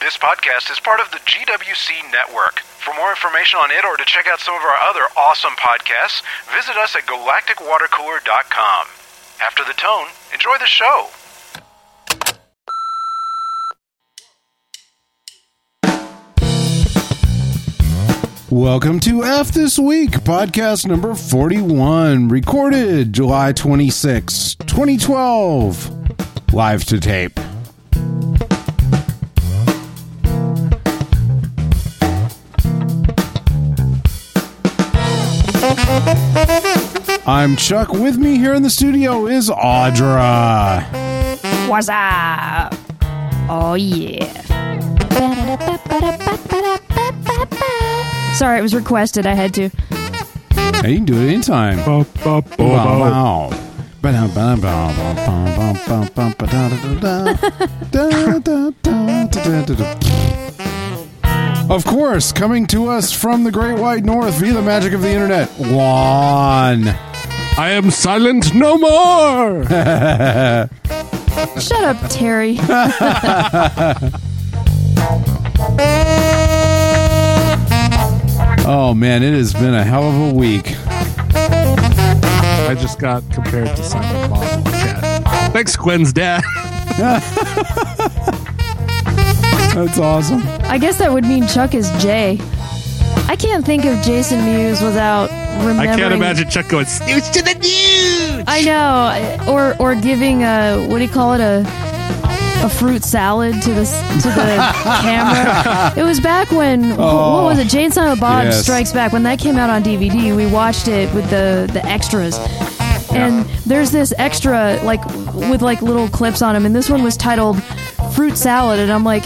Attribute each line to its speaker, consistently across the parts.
Speaker 1: This podcast is part of the GWC network. For more information on it or to check out some of our other awesome podcasts, visit us at galacticwatercooler.com. After the tone, enjoy the show.
Speaker 2: Welcome to F This Week, podcast number 41, recorded July 26, 2012, live to tape. I'm Chuck. With me here in the studio is Audra.
Speaker 3: What's up? Oh yeah. Sorry, it was requested. I had to.
Speaker 2: Hey, you can do it anytime. Wow. Of course, coming to us from the Great White North via the magic of the internet, Juan.
Speaker 4: I am silent no more.
Speaker 3: Shut up, Terry.
Speaker 2: Oh man, it has been a hell of a week.
Speaker 4: I just got compared to silent Bob Cat. Thanks, Gwen's dad.
Speaker 2: That's awesome.
Speaker 3: I guess that would mean Chuck is Jay. I can't think of Jason Mewes without remembering.
Speaker 4: I can't imagine Chuck going snooze to the news.
Speaker 3: I know, uh, or or giving a what do you call it a a fruit salad to the s- to the camera. It was back when wh- what was it? Jane Silent Bob
Speaker 2: Yes.
Speaker 3: Strikes Back. When that came out on DVD, we watched it with the the extras. And there's this extra like with like little clips on him, and this one was titled "Fruit Salad," and I'm like.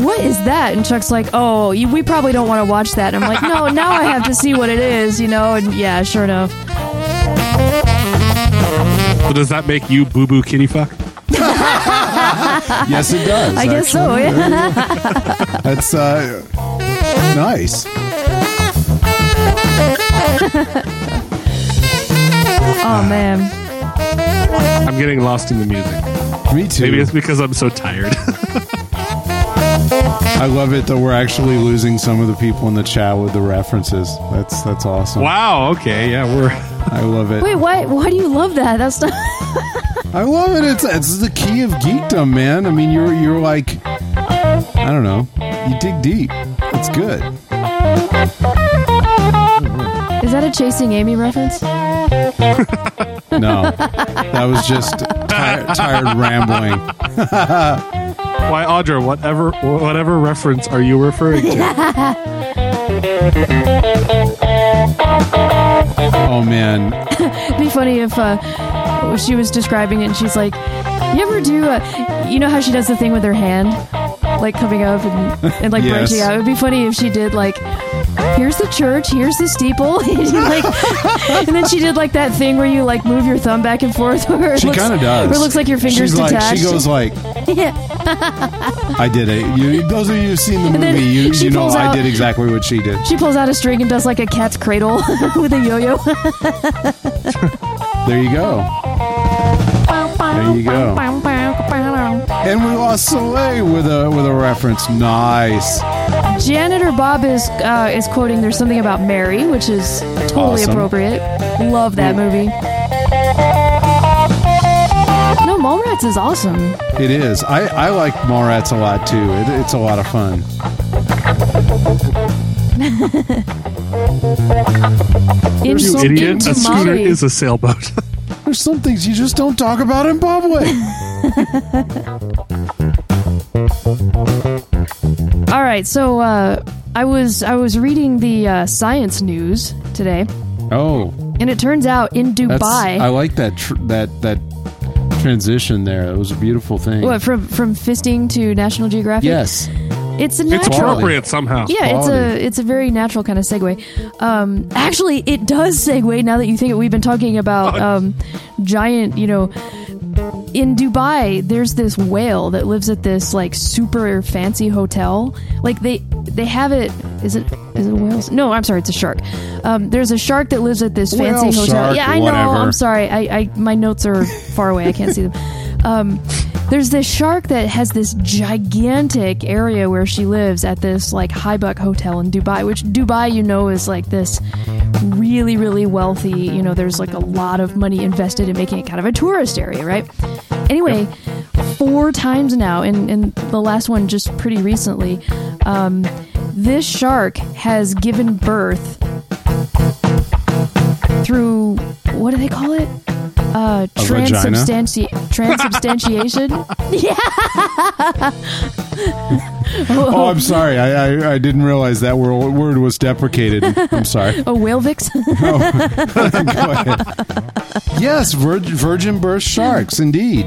Speaker 3: What is that? And Chuck's like, "Oh, you, we probably don't want to watch that." And I'm like, "No, now I have to see what it is, you know." And yeah, sure enough,
Speaker 4: So does that make you boo boo kitty fuck?
Speaker 2: Yes, it does.
Speaker 3: I guess so.
Speaker 2: actually.
Speaker 3: Yeah.
Speaker 2: That's uh, nice. Ah.
Speaker 3: Oh man,
Speaker 4: I'm getting lost in the music.
Speaker 2: Me too.
Speaker 4: Maybe it's because I'm so tired.
Speaker 2: I love it that we're actually losing some of the people in the chat with the references. That's that's awesome.
Speaker 4: wow. Okay. Yeah, we're.
Speaker 2: I love it.
Speaker 3: wait, why? Why do you love that? That's not.
Speaker 2: I love it. It's it's the key of geekdom, man. I mean, you're you're like, I don't know. You dig deep. It's good.
Speaker 3: Is that a Chasing Amy reference?
Speaker 2: No, that was just tired, tired rambling.
Speaker 4: Why, Audra? Whatever. Whatever reference are you referring to?
Speaker 2: Oh man,
Speaker 3: It'd be funny if uh, she was describing it and she's like, "You ever do? Uh, you know how she does the thing with her hand, like coming up and, and like
Speaker 2: Yes.
Speaker 3: branching out. It'd be funny if she did like." Here's the church. Here's the steeple. and, like, and then she did like that thing where you like move your thumb back and forth. Or it
Speaker 2: she
Speaker 3: looks-
Speaker 2: kind of does.
Speaker 3: Or it looks like your fingers
Speaker 2: She's like,
Speaker 3: detached.
Speaker 2: She goes like,
Speaker 3: yeah.
Speaker 2: I did it. You, those of you who've seen the
Speaker 3: And then
Speaker 2: movie, you,
Speaker 3: she
Speaker 2: you know
Speaker 3: pulls
Speaker 2: I
Speaker 3: out-
Speaker 2: did exactly what she did.
Speaker 3: She pulls out a string and does like a cat's cradle with a yo-yo.
Speaker 2: There you go. There you go. And we lost Soleil with a with a reference. Nice.
Speaker 3: Janitor Bob is uh, is quoting. There's something about Mary, which is totally
Speaker 2: Awesome.
Speaker 3: appropriate. Love
Speaker 4: Mm.
Speaker 3: that movie. No, Mallrats is awesome.
Speaker 2: It is. I, I like Mallrats a lot too. It, it's a lot of fun.
Speaker 3: In
Speaker 4: you
Speaker 3: Something
Speaker 4: idiot!
Speaker 3: to
Speaker 4: A scooter
Speaker 3: Molly.
Speaker 4: is a sailboat.
Speaker 2: There's some things you just don't talk about in public.
Speaker 3: All right, so uh, I was I was reading the uh, science news today,
Speaker 2: oh,
Speaker 3: and it turns out in
Speaker 2: that's. I
Speaker 3: Dubai,
Speaker 2: like that tr- that that transition there. It was a beautiful thing.
Speaker 3: what from from fisting to National Geographic.
Speaker 2: Yes.
Speaker 3: it's a
Speaker 4: It's
Speaker 3: natural.
Speaker 4: appropriate somehow.
Speaker 3: Yeah, it's
Speaker 2: Quality.
Speaker 3: a it's a very natural kind of segue. Um, actually, it does segue. Now that you think it, we've been talking about um, giant, you know, in Dubai, there's this whale that lives at this like super fancy hotel. Like they they have it. Is it is it whales? No, I'm sorry, it's a shark. Um, there's a shark that lives at this fancy
Speaker 2: Whale,
Speaker 3: hotel.
Speaker 2: shark,
Speaker 3: yeah, I know.
Speaker 2: whatever.
Speaker 3: I'm sorry. I, I my notes are far away. I can't see them. Um, there's this shark that has this gigantic area where she lives at this like highbuck hotel in dubai which dubai you know is like this really really wealthy you know there's like a lot of money invested in making it kind of a tourist area right anyway four times now and, and the last one just pretty recently um, this shark has given birth through what do they call it? Uh,
Speaker 2: A vagina?
Speaker 3: transubstanti- transubstantiation. yeah.
Speaker 2: Oh, I'm sorry. I, I, I didn't realize that wor- word was deprecated. I'm sorry.
Speaker 3: A whale vix.
Speaker 2: Go ahead. Yes, vir- virgin birth sharks, indeed.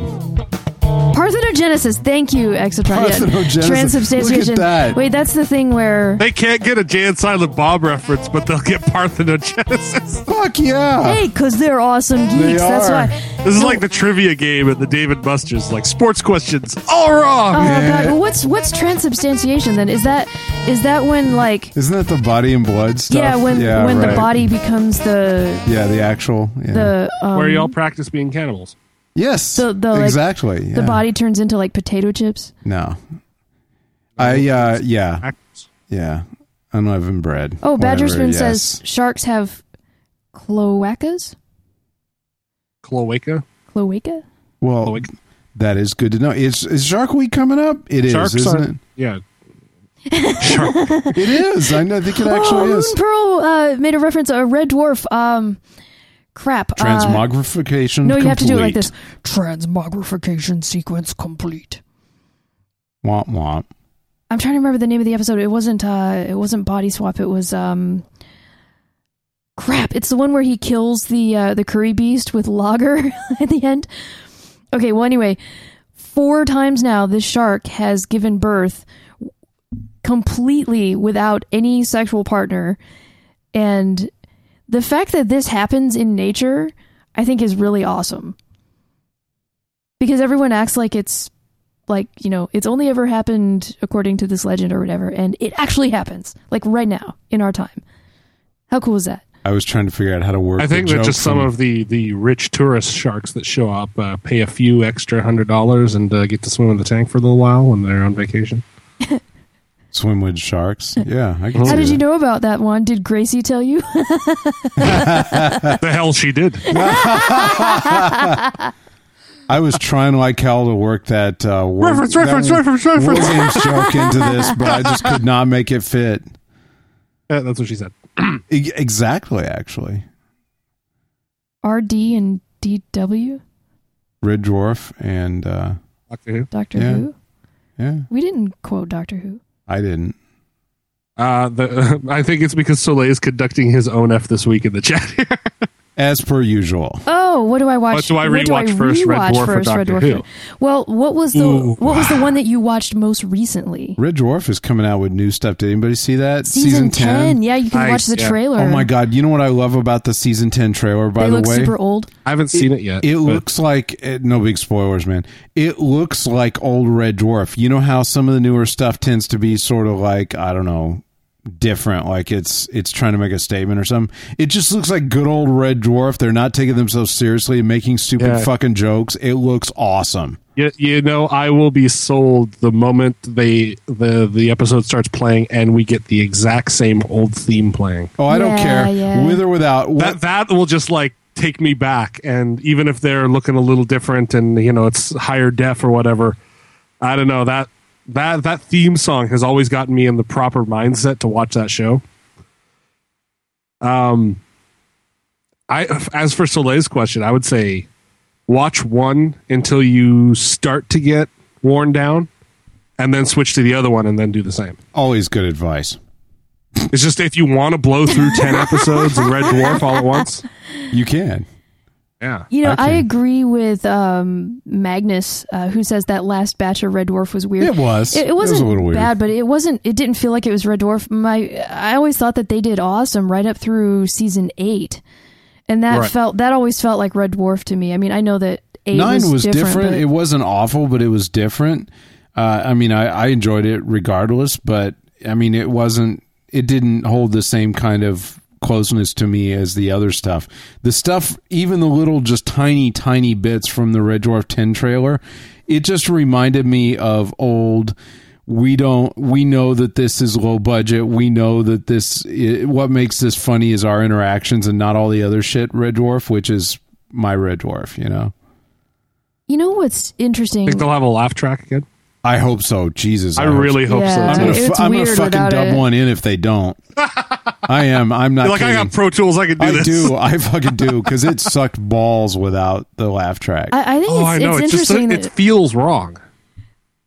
Speaker 3: Parthenogenesis. Thank you, Exotron. Yeah.
Speaker 2: Parthenogenesis.
Speaker 3: Transubstantiation.
Speaker 2: Look at that.
Speaker 3: Wait, that's the thing where.
Speaker 4: They can't get a Jan Silent Bob reference, but they'll get Parthenogenesis.
Speaker 2: Fuck yeah.
Speaker 3: Hey, because they're awesome geeks.
Speaker 2: They
Speaker 3: That's
Speaker 2: are.
Speaker 3: why.
Speaker 4: This is
Speaker 3: No,
Speaker 4: like the trivia game at the David Buster's, like sports questions, all wrong.
Speaker 3: Oh god, well, what's what's transubstantiation then? Is that is that when like
Speaker 2: Isn't that the body and blood stuff?
Speaker 3: yeah when when the
Speaker 2: right.
Speaker 3: body becomes the
Speaker 2: Yeah, the actual. Yeah.
Speaker 3: the um,
Speaker 4: Where y'all practice being cannibals.
Speaker 2: yes.
Speaker 3: the- the, like,
Speaker 2: exactly. yeah.
Speaker 3: the body turns into like potato chips?
Speaker 2: No. I, uh, yeah.
Speaker 4: Actors.
Speaker 2: Yeah. Unleavened bread.
Speaker 3: Oh, Badger
Speaker 2: Whatever,
Speaker 3: Spoon
Speaker 2: yes.
Speaker 3: says sharks have cloacas.
Speaker 4: Cloaca.
Speaker 3: Cloaca.
Speaker 2: Well,
Speaker 4: Cloaca.
Speaker 2: that is good to know. Is, is Shark Week coming up? It is,
Speaker 4: Sharks
Speaker 2: isn't
Speaker 4: are. Yeah. Shark.
Speaker 2: it? It is. I, know, I think it
Speaker 3: oh,
Speaker 2: actually is.
Speaker 3: Moon Pearl uh, made a reference a red dwarf. Um, crap. uh,
Speaker 2: Transmogrification.
Speaker 3: no, you have to do it like
Speaker 2: complete.
Speaker 3: this.
Speaker 5: Transmogrification sequence complete.
Speaker 2: Womp womp.
Speaker 3: I'm trying to remember the name of the episode. It wasn't. Uh, it wasn't body swap. It was. Um, crap. It's the one where he kills the uh, the curry beast with lager at the end. Okay. Well, anyway, four times now this shark has given birth completely without any sexual partner, and the fact that this happens in nature, I think, is really awesome. Because everyone acts like it's like you know it's only ever happened according to this legend or whatever and it actually happens like right now in our time how cool is that
Speaker 2: I was trying to figure out how to work.
Speaker 4: I think
Speaker 2: the
Speaker 4: that
Speaker 2: joke
Speaker 4: just some
Speaker 2: from-
Speaker 4: of the, the rich tourist sharks that show up uh, pay a few extra hundred dollars and uh, get to swim in the tank for a little while when they're on vacation.
Speaker 2: swim with sharks. Yeah, I can
Speaker 3: how
Speaker 2: see
Speaker 3: did
Speaker 2: that.
Speaker 3: you know about that one did gracie tell you
Speaker 4: the hell she did.
Speaker 2: I was trying like hell to work that uh, word,
Speaker 4: Reference,
Speaker 2: that
Speaker 4: reference,
Speaker 2: word-
Speaker 4: reference, reference.
Speaker 2: word games joke into this, but I just could not make it fit.
Speaker 4: Uh, that's what she said.
Speaker 2: E- exactly, actually,
Speaker 3: rd and dw
Speaker 2: Red Dwarf and uh,
Speaker 4: Doctor Who.
Speaker 3: doctor
Speaker 2: Yeah.
Speaker 3: who
Speaker 2: yeah,
Speaker 3: we didn't quote doctor who
Speaker 2: I didn't.
Speaker 4: Uh, the, I think it's because Soleil is conducting his own F this week in the chat here.
Speaker 2: As per usual,
Speaker 3: oh what do i watch
Speaker 4: What do I
Speaker 3: what do I
Speaker 4: rewatch first, Red
Speaker 3: rewatch
Speaker 4: Dwarf or
Speaker 3: first, Red
Speaker 4: Doctor
Speaker 3: Dwarf?
Speaker 4: Who?
Speaker 3: well what was the
Speaker 4: Ooh.
Speaker 3: what was the one that you watched most recently
Speaker 2: Red Dwarf is coming out with new stuff. Did anybody see that
Speaker 3: season, 10
Speaker 2: 10?
Speaker 3: yeah you can watch
Speaker 4: Nice,
Speaker 3: the
Speaker 4: yeah.
Speaker 3: trailer
Speaker 2: Oh my god! You know what I love about the season ten trailer? By
Speaker 3: they
Speaker 2: the
Speaker 3: look
Speaker 2: way,
Speaker 3: super old
Speaker 4: I haven't seen it yet.
Speaker 2: It
Speaker 4: but
Speaker 2: looks like eh, no big spoilers, man. It looks like old Red Dwarf. You know how some of the newer stuff tends to be sort of like I don't know, different. Like it's it's trying to make a statement or something. It just looks like good old Red Dwarf. They're not taking themselves seriously, making stupid
Speaker 4: Yeah.
Speaker 2: fucking jokes. It looks awesome.
Speaker 4: you, you know, I will be sold the moment they the the episode starts playing and we get the exact same old theme playing.
Speaker 2: Oh, I don't
Speaker 3: Yeah,
Speaker 2: care
Speaker 3: yeah.
Speaker 2: with or without. What,
Speaker 4: That that will just like take me back. And even if they're looking a little different and you know it's higher def or whatever, I don't know that that that theme song has always gotten me in the proper mindset to watch that show. Um, I as for Soleil's question, I would say watch one until you start to get worn down, and then switch to the other one, and then do the same.
Speaker 2: always good advice.
Speaker 4: It's just if you want to blow through ten episodes of Red Dwarf all at once,
Speaker 2: You can.
Speaker 4: yeah.
Speaker 3: You know, I
Speaker 2: Okay.
Speaker 3: agree with um, Magnus, uh, who says that last batch of Red Dwarf was weird.
Speaker 2: It was.
Speaker 3: It,
Speaker 2: It was a
Speaker 3: wasn't
Speaker 2: little weird.
Speaker 3: bad, but it wasn't. It didn't feel like it was Red Dwarf. My, I always thought that they did awesome right up through season eight, and that
Speaker 4: Right.
Speaker 3: felt that always felt like Red Dwarf to me. I mean, I know that eight
Speaker 2: Nine was, different.
Speaker 3: but-
Speaker 2: It wasn't awful, but it was different. Uh, I mean, I, I enjoyed it regardless, but I mean, it wasn't. It didn't hold the same kind of closeness to me as the other stuff. The stuff, even the little, just tiny, tiny bits from the Red Dwarf Ten trailer, it just reminded me of old we don't we know that this is low budget we know that this i what makes this funny is our interactions and not all the other shit red dwarf which is my red dwarf you know
Speaker 3: You know what's interesting?
Speaker 4: Think they'll have a laugh track again?
Speaker 2: i hope so jesus
Speaker 4: I
Speaker 2: hope so.
Speaker 4: really hope
Speaker 3: Yeah.
Speaker 2: i'm
Speaker 4: so.
Speaker 2: gonna,
Speaker 4: Too.
Speaker 3: It's
Speaker 2: fu- I'm gonna
Speaker 3: weird
Speaker 2: fucking
Speaker 3: without
Speaker 2: dub
Speaker 3: it.
Speaker 2: one in if they don't i am i'm not
Speaker 4: You're like I
Speaker 2: kidding.
Speaker 4: got Pro Tools, I can do
Speaker 2: I
Speaker 4: this.
Speaker 2: do. I fucking do because it sucked balls without the laugh track.
Speaker 3: I, I think
Speaker 4: Oh,
Speaker 3: it's,
Speaker 4: I know.
Speaker 3: it's
Speaker 4: It's just
Speaker 3: interesting
Speaker 4: it feels wrong.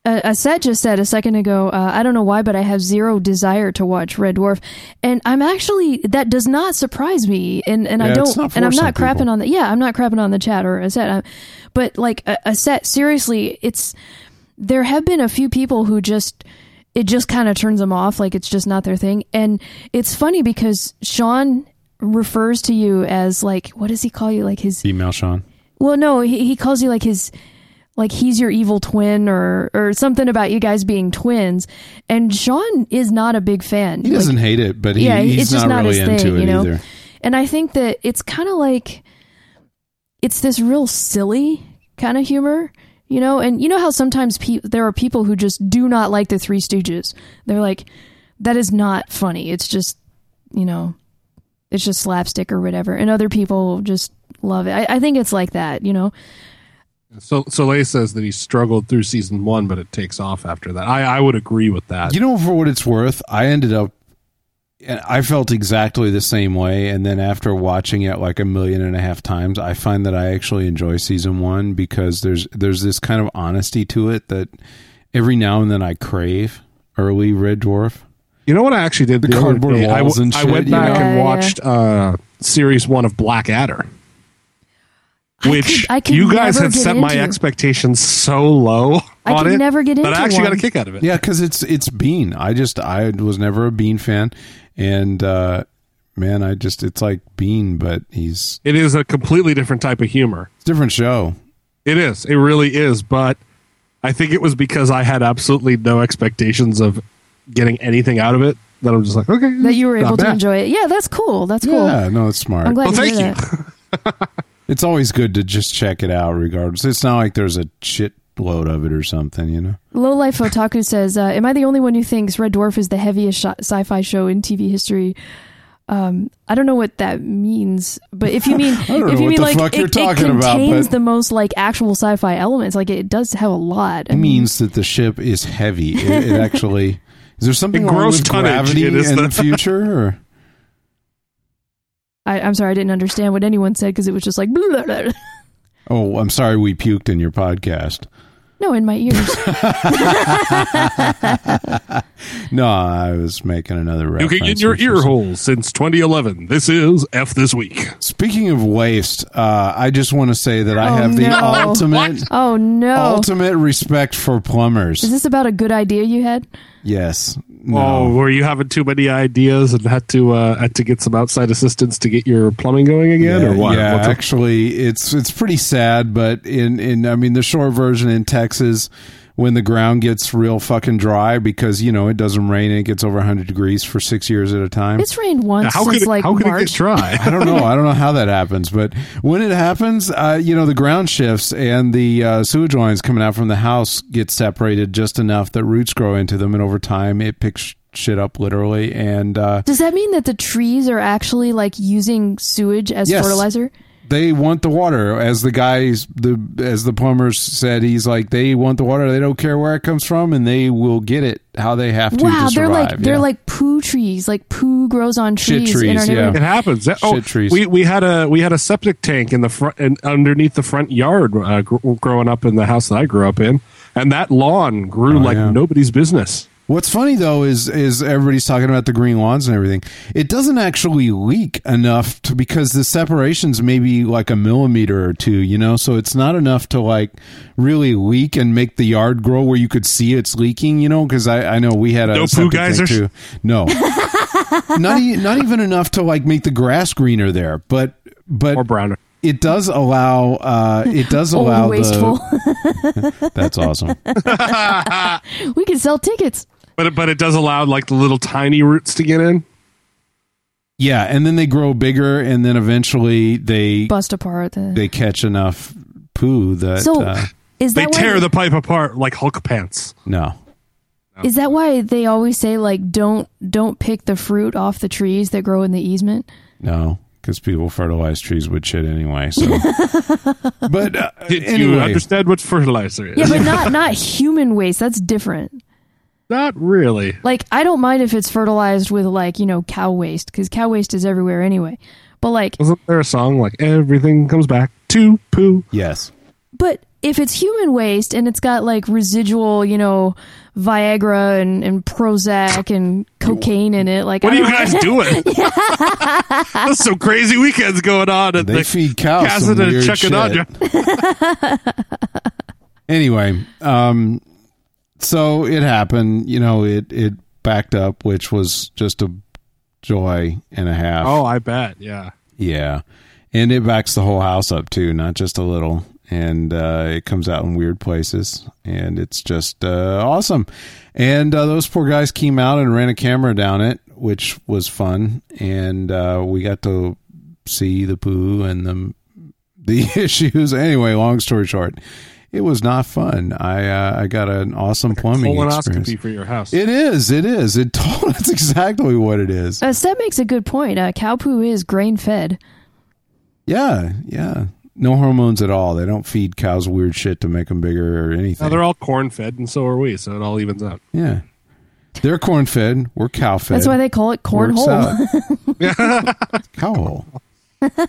Speaker 3: that uh, Aset just said a second ago. Uh, I don't know why, but I have zero desire to watch Red Dwarf, and I'm actually that does not surprise me. And and
Speaker 2: Yeah,
Speaker 3: I
Speaker 2: it's
Speaker 3: don't
Speaker 2: not for
Speaker 3: and I'm
Speaker 2: some
Speaker 3: not crapping
Speaker 2: people.
Speaker 3: on the yeah I'm not crapping on the chat or Aset, I, but like uh, Aset seriously, it's there have been a few people who just it just kind of turns them off like it's just not their thing and it's funny because sean refers to you as like what does he call you like his
Speaker 2: Female Sean.
Speaker 3: Well, no, he, he calls you like his, like he's your evil twin or or something about you guys being twins. And Sean is not a big fan.
Speaker 2: He
Speaker 3: Like,
Speaker 2: doesn't hate it, but he,
Speaker 3: yeah,
Speaker 2: he's
Speaker 3: it's just
Speaker 2: not,
Speaker 3: not
Speaker 2: really
Speaker 3: his
Speaker 2: into
Speaker 3: thing,
Speaker 2: it
Speaker 3: you know?
Speaker 2: either.
Speaker 3: and I think that it's kind of like, it's this real silly kind of humor. You know, and you know how sometimes pe- there are people who just do not like the Three Stooges. They're like, that is not funny. It's just, you know, it's just slapstick or whatever. And other people just love it. I, I think it's like that, you know?
Speaker 4: So Soleil says that he struggled through season one, but it takes off after that. I, I would agree with that.
Speaker 2: You know, for what it's worth, I ended up. and I felt exactly the same way, and then after watching it like a million and a half times, I find that I actually enjoy season one because there's there's this kind of honesty to it that every now and then I crave early Red Dwarf.
Speaker 4: You know what I actually did? The, other
Speaker 2: cardboard
Speaker 4: day? I,
Speaker 2: walls and
Speaker 4: I
Speaker 2: shit,
Speaker 4: went
Speaker 2: you
Speaker 4: back
Speaker 3: know? Yeah,
Speaker 4: and
Speaker 3: yeah.
Speaker 4: watched uh, series one of Black Adder,
Speaker 3: I
Speaker 4: which
Speaker 3: could- I could
Speaker 4: you guys
Speaker 3: never
Speaker 4: had
Speaker 3: get
Speaker 4: set my
Speaker 3: into.
Speaker 4: expectations so low
Speaker 3: I
Speaker 4: on
Speaker 3: could
Speaker 4: it
Speaker 3: never get
Speaker 4: that
Speaker 3: into
Speaker 4: I actually got
Speaker 3: one.
Speaker 4: a kick out of it.
Speaker 2: Yeah, because it's it's Bean. I just I was never a Bean fan, and uh, man, I just it's like Bean, but he's
Speaker 4: It is a completely different type of humor.
Speaker 2: it's a different show.
Speaker 4: It is. It really is. But I think it was because I had absolutely no expectations of getting anything out of it that I'm just like, okay,
Speaker 3: that you were
Speaker 4: not
Speaker 3: able to
Speaker 4: bad.
Speaker 3: enjoy it. Yeah, that's cool. That's cool.
Speaker 2: Yeah, no, it's smart.
Speaker 3: I'm glad
Speaker 4: Well,
Speaker 3: to
Speaker 4: thank
Speaker 3: hear
Speaker 4: you.
Speaker 3: that.
Speaker 2: It's always good to just check it out, regardless. It's not like there's a shit load of it or something, you know.
Speaker 3: Low Life Otaku says, uh, "Am I the only one who thinks Red Dwarf is the heaviest sh- sci-fi show in TV history?" Um, I don't know what that means, but if you mean if
Speaker 2: don't know
Speaker 3: you
Speaker 2: what
Speaker 3: mean
Speaker 2: the
Speaker 3: like
Speaker 2: fuck
Speaker 3: it,
Speaker 2: you're
Speaker 3: it
Speaker 2: talking
Speaker 3: contains
Speaker 2: about, but-
Speaker 3: the most like actual sci-fi elements, like it does have a lot. I
Speaker 2: It
Speaker 3: mean,
Speaker 2: means that the ship is heavy. It, it actually is there something
Speaker 4: In
Speaker 2: wrong
Speaker 4: gross
Speaker 2: with
Speaker 4: tonnage,
Speaker 2: gravity
Speaker 4: it is
Speaker 2: in the
Speaker 4: the-
Speaker 2: future? Or?
Speaker 3: I, I'm sorry, I didn't understand what anyone said because it was just like blah, blah, blah.
Speaker 2: Oh, I'm sorry, we puked in your podcast.
Speaker 3: no in my ears.
Speaker 2: No, I was making another
Speaker 4: You
Speaker 2: reference.
Speaker 4: can get your
Speaker 2: which was-
Speaker 4: ear holes since 2011. This is F this week.
Speaker 2: Speaking of waste, uh, I just want to say that I
Speaker 3: Oh,
Speaker 2: have the
Speaker 3: no.
Speaker 2: ultimate
Speaker 3: oh no!
Speaker 2: ultimate respect for plumbers.
Speaker 3: Is this about a good idea you had?
Speaker 2: yes.
Speaker 4: Oh,
Speaker 2: No.
Speaker 4: were you having too many ideas and had to uh, had to get some outside assistance to get your plumbing going again, or what?
Speaker 2: yeah,
Speaker 4: What's up?
Speaker 2: actually, it's it's pretty sad, but in in I mean the short version in Texas, when the ground gets real fucking dry because you know it doesn't rain and it gets over 100 degrees for six years at a time.
Speaker 3: It's rained once
Speaker 4: how
Speaker 3: since
Speaker 4: could it,
Speaker 3: like
Speaker 4: how could it
Speaker 3: March.
Speaker 4: get dry?
Speaker 2: I don't know. I don't know how that happens, but when it happens, uh, you know, the ground shifts and the uh, sewage lines coming out from the house get separated just enough that roots grow into them, and over time it picks shit up literally. And uh,
Speaker 3: Does that mean that the trees are actually like using sewage as
Speaker 2: Yes.
Speaker 3: fertilizer?
Speaker 2: they want the water, as the guys, the as the plumbers said, he's like they want the water. They don't care where it comes from, and they will get it how they have to.
Speaker 3: Wow,
Speaker 2: to
Speaker 3: they're like
Speaker 2: survive,
Speaker 3: they're
Speaker 2: yeah.
Speaker 3: like poo trees. Like poo grows on
Speaker 2: Shit
Speaker 3: trees, in
Speaker 2: trees,
Speaker 3: our
Speaker 2: yeah.
Speaker 3: neighborhood.
Speaker 4: it happens. That- Oh,
Speaker 2: Shit trees.
Speaker 4: we we had a we had a septic tank in the front and underneath the front yard uh, gr- growing up in the house that I grew up in, and that lawn grew
Speaker 2: Oh,
Speaker 4: like
Speaker 2: yeah.
Speaker 4: nobody's business.
Speaker 2: What's funny though is is everybody's talking about the green lawns and everything. It doesn't actually leak enough to because the separation's maybe like a millimeter or two, you know, so it's not enough to like really leak and make the yard grow where you could see it's leaking, you know, because I, I know we had a
Speaker 4: No poo
Speaker 2: septic tank,
Speaker 4: geysers?
Speaker 2: too. No. not e- not even enough to like make the grass greener there, but but
Speaker 4: Or browner.
Speaker 2: it does allow uh it does
Speaker 3: Old
Speaker 2: allow
Speaker 3: wasteful.
Speaker 2: the that's awesome.
Speaker 3: we can sell tickets.
Speaker 4: But it, but it does allow like the little tiny roots to get in.
Speaker 2: Yeah, and then they grow bigger, and then eventually they
Speaker 3: Bust apart. The,
Speaker 2: they catch enough poo that
Speaker 3: So-
Speaker 2: uh,
Speaker 3: Is
Speaker 4: They
Speaker 3: that why,
Speaker 4: tear the pipe apart like Hulk pants.
Speaker 2: No.
Speaker 3: Is that why they always say like don't don't pick the fruit off the trees that grow in the easement?
Speaker 2: No. Because people fertilize trees with shit anyway. So. but uh,
Speaker 4: Did you
Speaker 2: anyway.
Speaker 4: understand what fertilizer is?
Speaker 3: Yeah, but not not human waste. That's different.
Speaker 4: Not really.
Speaker 3: Like I don't mind if it's fertilized with like, you know, cow waste cuz cow waste is everywhere anyway. But like
Speaker 4: Wasn't there a song like everything comes back to poo?
Speaker 2: Yes.
Speaker 3: but if it's human waste and it's got like residual, you know, Viagra and, and Prozac and cocaine in it, like
Speaker 4: What
Speaker 3: I
Speaker 4: are you
Speaker 3: don't-
Speaker 4: guys doing? There's some crazy weekends going on at
Speaker 2: They
Speaker 4: the
Speaker 2: feed cows
Speaker 4: Casa
Speaker 2: some
Speaker 4: de
Speaker 2: weird
Speaker 4: Chacanadra.
Speaker 2: anyway, um, so it happened. You know, it it backed up, which was just a joy and a half.
Speaker 4: Oh, I bet. Yeah.
Speaker 2: yeah, and it backs the whole house up too, not just a little. And uh, it comes out in weird places, and it's just uh, awesome. And uh, those poor guys came out and ran a camera down it, which was fun. And uh, we got to see the poo and the the issues. Anyway, long story short, it was not fun. I uh, I got an awesome plumbing experience.
Speaker 4: Colonoscopy for your house.
Speaker 2: It is. It is. It told, that's exactly what it is.
Speaker 3: Uh, Seb makes a good point. Uh, cow poo is grain fed.
Speaker 2: Yeah. Yeah. No hormones at all. They don't feed cows weird shit to make them bigger or
Speaker 4: now
Speaker 2: anything.
Speaker 4: they're all corn fed, and so are we. So it all evens out.
Speaker 2: yeah. They're corn fed. We're cow fed.
Speaker 3: That's why they call it cornhole.
Speaker 2: cow hole.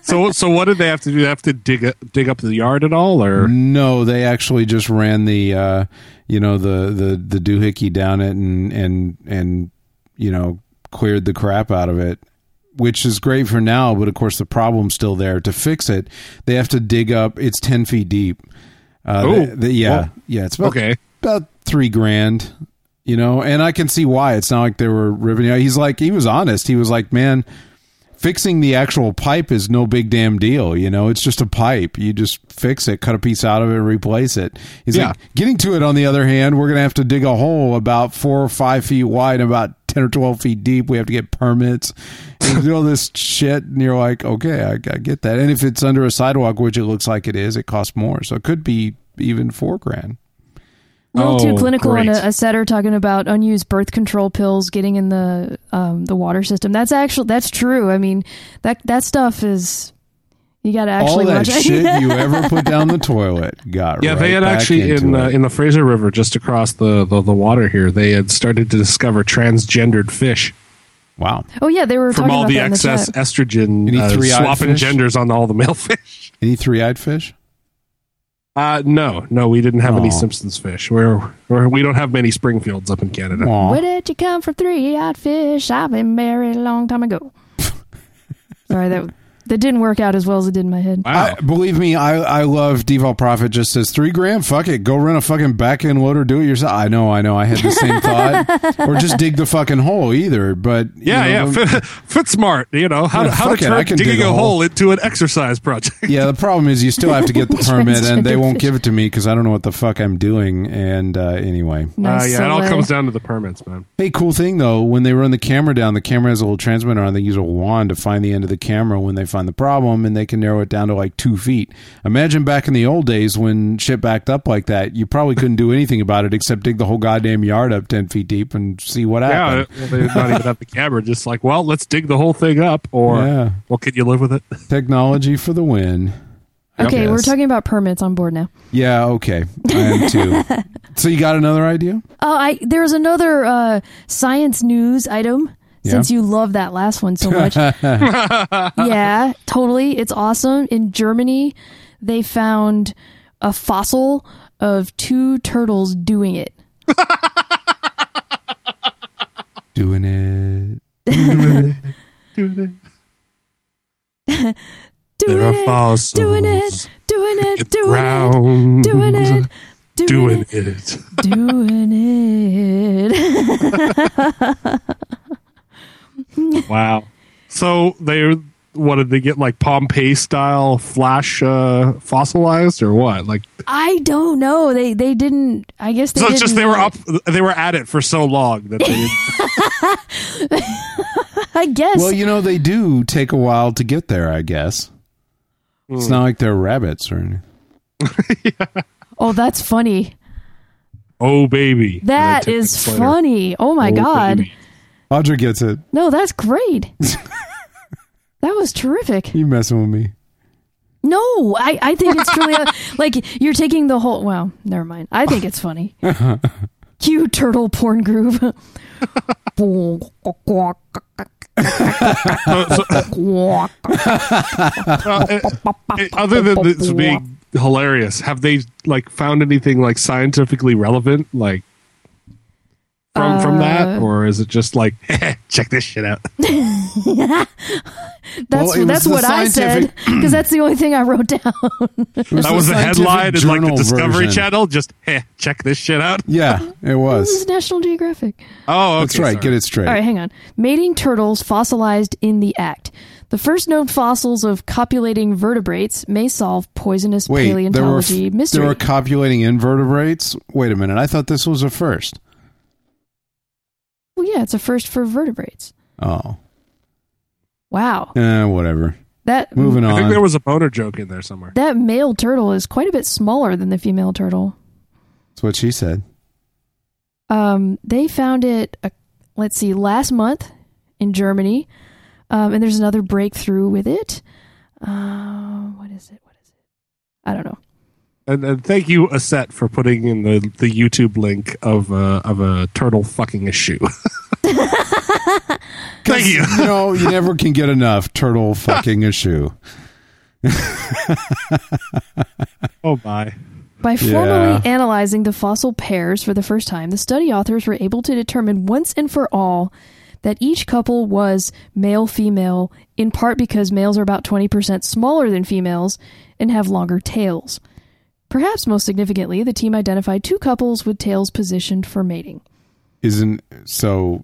Speaker 4: So so what did they have to do? They have to dig a, dig up the yard at all,
Speaker 2: Mm,
Speaker 4: or
Speaker 2: No, they actually just ran the uh, you know the the the doohickey down it and and and you know cleared the crap out of it, which is great for now. But of course, the problem's still there. To fix it, they have to dig up. It's ten feet deep. Uh,
Speaker 4: Oh.
Speaker 2: the- the- yeah,
Speaker 4: Whoa.
Speaker 2: yeah. It's about,
Speaker 4: Okay.
Speaker 2: about three grand. You know, and I can see why. It's not like they were ripping. you out. He's like, he was honest. He was like, man, fixing the actual pipe is no big damn deal. You know, it's just a pipe. You just fix it, cut a piece out of it, replace it. He's
Speaker 4: Yeah.
Speaker 2: like, getting to it, on the other hand, we're going to have to dig a hole about four or five feet wide and about 10 or 12 feet deep. We have to get permits and do all this shit. And you're like, okay, I, I get that. And if it's under a sidewalk, which it looks like it is, it costs more. So it could be even four grand.
Speaker 3: A little too
Speaker 4: Oh,
Speaker 3: clinical on
Speaker 4: great.
Speaker 3: a, a setter talking about unused birth control pills getting in the um, the water system. That's actual. That's true. I mean that that stuff is you got to
Speaker 2: All
Speaker 3: actually
Speaker 2: that
Speaker 3: watch. it.
Speaker 2: shit you ever put down the toilet got
Speaker 4: yeah,
Speaker 2: right
Speaker 4: they had
Speaker 2: back
Speaker 4: actually
Speaker 2: into
Speaker 4: in
Speaker 2: it.
Speaker 4: uh, in the Fraser River just across the, the the water here. They had started to discover transgendered fish
Speaker 2: wow.
Speaker 3: oh yeah, they were
Speaker 4: from
Speaker 3: talking
Speaker 4: all
Speaker 3: about
Speaker 4: the
Speaker 3: that in
Speaker 4: excess
Speaker 3: the chat.
Speaker 4: estrogen
Speaker 2: Any
Speaker 4: uh,
Speaker 2: three-eyed
Speaker 4: swapping
Speaker 2: fish?
Speaker 4: genders on all the male fish.
Speaker 2: Any three-eyed fish?
Speaker 4: Uh, no, no, we didn't have
Speaker 2: Aw.
Speaker 4: any Simpsons fish. We're, we're we don't have many Springfields up in Canada.
Speaker 2: Aw.
Speaker 3: Where did you come from, three-eyed fish? I've been married a long time ago. Sorry that that didn't work out as well as it did in my head.
Speaker 4: Wow.
Speaker 2: I, believe me, I, I love Default Profit just says three grand, fuck it. Go rent a fucking back end loader, do it yourself. I know, I know, I had the same thought. Or just dig the fucking hole either. But you
Speaker 4: yeah,
Speaker 2: know,
Speaker 4: yeah,
Speaker 2: the-
Speaker 4: fit, fit smart. You know how
Speaker 2: Yeah,
Speaker 4: to how to
Speaker 2: fuck it, I
Speaker 4: turn
Speaker 2: can
Speaker 4: digging
Speaker 2: dig a
Speaker 4: a hole.
Speaker 2: hole.
Speaker 4: into an exercise project.
Speaker 2: yeah, the problem is you still have to get the permit and they won't
Speaker 3: Transgender
Speaker 2: give it to me because I don't know what the fuck I'm doing. And uh, anyway.
Speaker 4: Uh,
Speaker 3: Nice
Speaker 4: yeah, it all
Speaker 3: segue.
Speaker 4: comes down to the permits, man.
Speaker 2: Hey, cool thing though, when they run the camera down, the camera has a little transmitter on. They use a wand to find the end of the camera when they find the problem, and they can narrow it down to like two feet. Imagine back in the old days when shit backed up like that, you probably couldn't do anything about it except dig the whole goddamn yard up 10 feet deep and see what
Speaker 4: Yeah,
Speaker 2: happened.
Speaker 4: well, they did not even have the camera. Just like, well, let's dig the whole thing up, or
Speaker 2: Yeah.
Speaker 4: well, can you live with it?
Speaker 2: Technology for the win.
Speaker 3: Okay,
Speaker 2: Yes.
Speaker 3: we're talking about permits on board now.
Speaker 2: Yeah, okay. I am too. so you got another idea?
Speaker 3: Oh, I there's another uh, science news item.
Speaker 2: Yeah.
Speaker 3: Since you love that last one so much, yeah, totally. It's awesome. In Germany, they found a fossil of two turtles doing it.
Speaker 2: Doing it.
Speaker 3: Doing
Speaker 4: There are
Speaker 3: it,
Speaker 4: fossils.
Speaker 3: doing it, doing it, doing it,
Speaker 4: Round
Speaker 3: doing it, doing
Speaker 4: doing
Speaker 3: it,
Speaker 4: it.
Speaker 3: doing it.
Speaker 4: Wow. So they what did they get like Pompeii style flash uh, fossilized or what? Like
Speaker 3: I don't know. They they didn't. I guess they
Speaker 4: so it's
Speaker 3: didn't
Speaker 4: just they were
Speaker 3: let-
Speaker 4: up they were at it for so long that they
Speaker 3: I guess.
Speaker 2: Well, you know, they do take a while to get there, I guess. It's not like they're rabbits or anything.
Speaker 3: Oh, that's funny.
Speaker 4: Oh baby. And then
Speaker 3: That
Speaker 4: 10
Speaker 3: is
Speaker 4: minutes later,
Speaker 3: funny. Oh my
Speaker 4: "Oh,
Speaker 3: god.
Speaker 4: baby."
Speaker 2: Audra gets it.
Speaker 3: No, that's great. that was terrific.
Speaker 2: You messing with me?
Speaker 3: No, I, I think it's truly a, like you're taking the whole. Well, never mind. I think it's funny. Cue turtle porn groove.
Speaker 4: Uh, Other than this being hilarious, have they like found anything like scientifically relevant like from from that, or is it just like "Eh, check this shit out?
Speaker 3: That's
Speaker 2: Well, it was
Speaker 3: that's
Speaker 2: the
Speaker 3: what I said because that's the only thing I wrote down.
Speaker 4: That was the
Speaker 2: scientific
Speaker 4: headline and like the
Speaker 2: journal
Speaker 4: Discovery
Speaker 2: version.
Speaker 4: Channel. Just "Heh, check this shit out.
Speaker 2: Yeah, it
Speaker 3: this is
Speaker 2: was.
Speaker 3: National Geographic.
Speaker 4: Oh, okay,
Speaker 2: That's right.
Speaker 4: sorry.
Speaker 2: Get it straight.
Speaker 3: All right, hang on. Mating turtles fossilized in the act. The first known fossils of copulating vertebrates may solve poisonous
Speaker 2: Wait, there were
Speaker 3: paleontology mystery.
Speaker 2: there were copulating invertebrates. Wait a minute, I thought this was a first.
Speaker 3: well, yeah, it's a first for vertebrates.
Speaker 2: Oh,
Speaker 3: Wow,
Speaker 2: eh, whatever.
Speaker 3: that
Speaker 2: Moving
Speaker 4: I think
Speaker 2: on.
Speaker 4: there was a boner joke in there somewhere.
Speaker 3: that male turtle is quite a bit smaller than the female turtle.
Speaker 2: That's what she said.
Speaker 3: Um, they found it, uh, let's see, last month in Germany. Um, and there's another breakthrough with it. Uh, what is it? What is it? I don't know.
Speaker 4: And, and thank you, Aset, for putting in the, the YouTube link of a, of a turtle fucking a shoe. thank you.
Speaker 2: no, you never can get enough turtle fucking a shoe.
Speaker 4: Oh my.
Speaker 3: By
Speaker 2: Yeah.
Speaker 3: formally analyzing the fossil pairs for the first time, the study authors were able to determine once and for all that each couple was male female, in part because males are about 20% smaller than females and have longer tails. Perhaps most significantly, the team identified two couples with tails positioned for mating.
Speaker 2: Isn't so?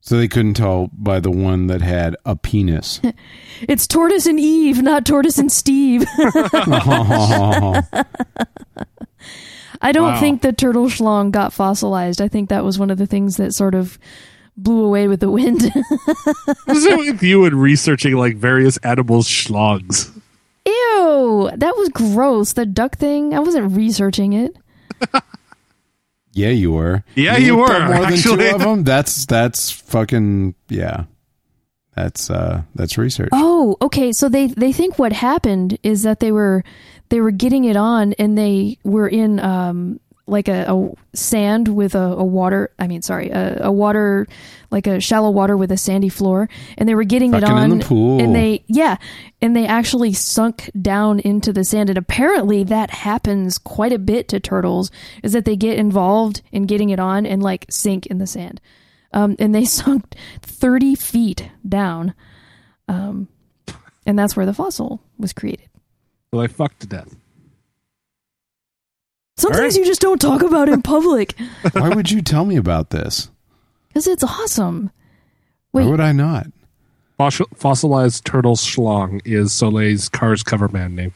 Speaker 2: So they couldn't tell by the one that had a penis.
Speaker 3: It's Tortoise and Eve, not Tortoise and Steve.
Speaker 2: Oh,
Speaker 3: I don't
Speaker 4: Wow.
Speaker 3: think the turtle schlong got fossilized. I think that was one of the things that sort of blew away with the wind.
Speaker 4: What is it with you and researching like various animals' schlogs?
Speaker 3: Ew, that was gross. The duck thing. I wasn't researching it.
Speaker 2: yeah, you were.
Speaker 4: Yeah, you
Speaker 2: looked
Speaker 4: were,
Speaker 2: up More than
Speaker 4: actually.
Speaker 2: two of them. That's that's fucking yeah. That's uh that's research.
Speaker 3: Oh, okay. So they they think what happened is that they were they were getting it on, and they were in um like a, a sand with a, a water. I mean, sorry, a, a water like a shallow water with a sandy floor, and they were getting it
Speaker 2: Fucking
Speaker 3: on
Speaker 2: in the pool.
Speaker 3: and they yeah, and they actually sunk down into the sand. And apparently, that happens quite a bit to turtles. Is that they get involved in getting it on and like sink in the sand. Um, and they sunk 30 feet down. Um, and that's where the fossil was created.
Speaker 4: Well, I fucked to death.
Speaker 3: Some
Speaker 4: All
Speaker 3: things
Speaker 4: right.
Speaker 3: you just don't talk about in public
Speaker 2: Why would you tell me about this?
Speaker 3: because it's awesome. Wait.
Speaker 2: Why would I not?
Speaker 4: Fossil, fossilized turtle schlong is Soleil's car's cover band name.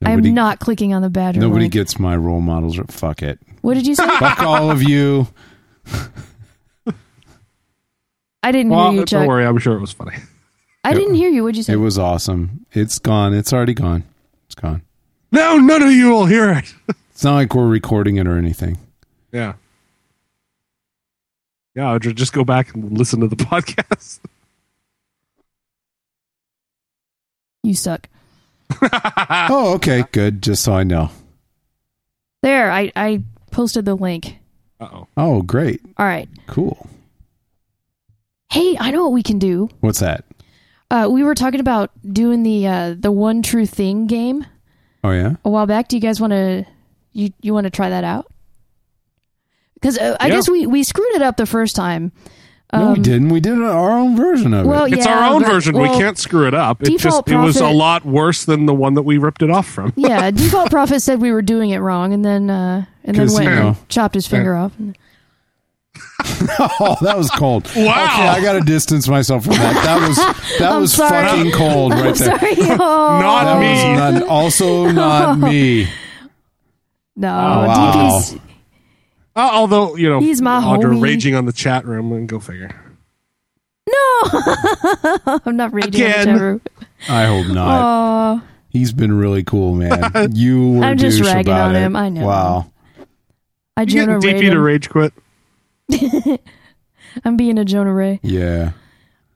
Speaker 2: Nobody-
Speaker 3: I'm not clicking on the badger.
Speaker 2: Nobody
Speaker 3: link.
Speaker 2: gets my role models. Fuck it.
Speaker 3: What did you say?
Speaker 2: Fuck all of you.
Speaker 3: I didn't
Speaker 4: Well,
Speaker 3: hear Mm, you,
Speaker 4: don't
Speaker 3: Chuck.
Speaker 4: worry, I'm sure it was funny.
Speaker 3: I didn't hear you. What'd you say?
Speaker 2: It was awesome. It's gone. It's already gone. It's gone.
Speaker 4: No, none of you will hear it.
Speaker 2: It's not like we're recording it or anything.
Speaker 4: Yeah. Yeah, Audra, just go back and listen to the podcast.
Speaker 3: you suck.
Speaker 4: Ah.
Speaker 2: Oh, okay, good. Just so I know.
Speaker 3: There, I, I posted the link.
Speaker 4: Uh-oh.
Speaker 2: Oh, great.
Speaker 3: All right.
Speaker 2: Cool.
Speaker 3: Hey, I know what we can do.
Speaker 2: What's that?
Speaker 3: Uh, we were talking about doing the uh, the one true thing game
Speaker 2: Oh yeah.
Speaker 3: a while back. Do you guys want to you you want to try that out? Because uh, I
Speaker 4: Yeah.
Speaker 3: guess we we screwed it up the first time. Um,
Speaker 2: no, we didn't. We did our own version of
Speaker 3: Well,
Speaker 2: it.
Speaker 3: yeah,
Speaker 4: it's our own
Speaker 3: but-
Speaker 4: version.
Speaker 3: well,
Speaker 4: we can't screw it up. It just
Speaker 3: default
Speaker 4: it was a
Speaker 3: profit-
Speaker 4: lot worse than the one that we ripped it off from.
Speaker 3: yeah, default prophet said we were doing it wrong, and then uh, and then
Speaker 2: 'Cause,
Speaker 3: went
Speaker 2: you know.
Speaker 3: and chopped his finger off.
Speaker 2: Oh, that was cold. wow. Okay, I gotta distance myself from that. That was that
Speaker 3: I'm
Speaker 2: was
Speaker 3: sorry.
Speaker 2: fucking cold right there.
Speaker 3: Sorry, oh,
Speaker 4: Not
Speaker 2: That
Speaker 4: me.
Speaker 2: was none, also not me.
Speaker 3: no,
Speaker 2: Oh, Wow.
Speaker 3: DP's
Speaker 4: Uh, although you know,
Speaker 3: He's my
Speaker 4: Audra
Speaker 3: homie.
Speaker 4: raging on the chat room and go figure.
Speaker 3: no. I'm not reading
Speaker 4: Again.
Speaker 3: whichever.
Speaker 2: I hope not.
Speaker 3: Oh,
Speaker 2: He's been really cool, man. You were
Speaker 3: I'm just
Speaker 2: douche
Speaker 3: ragging
Speaker 2: about
Speaker 3: on
Speaker 2: it.
Speaker 3: him. I know.
Speaker 2: Wow.
Speaker 3: I
Speaker 4: You
Speaker 3: Jonah
Speaker 4: getting
Speaker 3: Ray.
Speaker 4: DP to rage quit?
Speaker 3: I'm being a Jonah Ray.
Speaker 2: Yeah.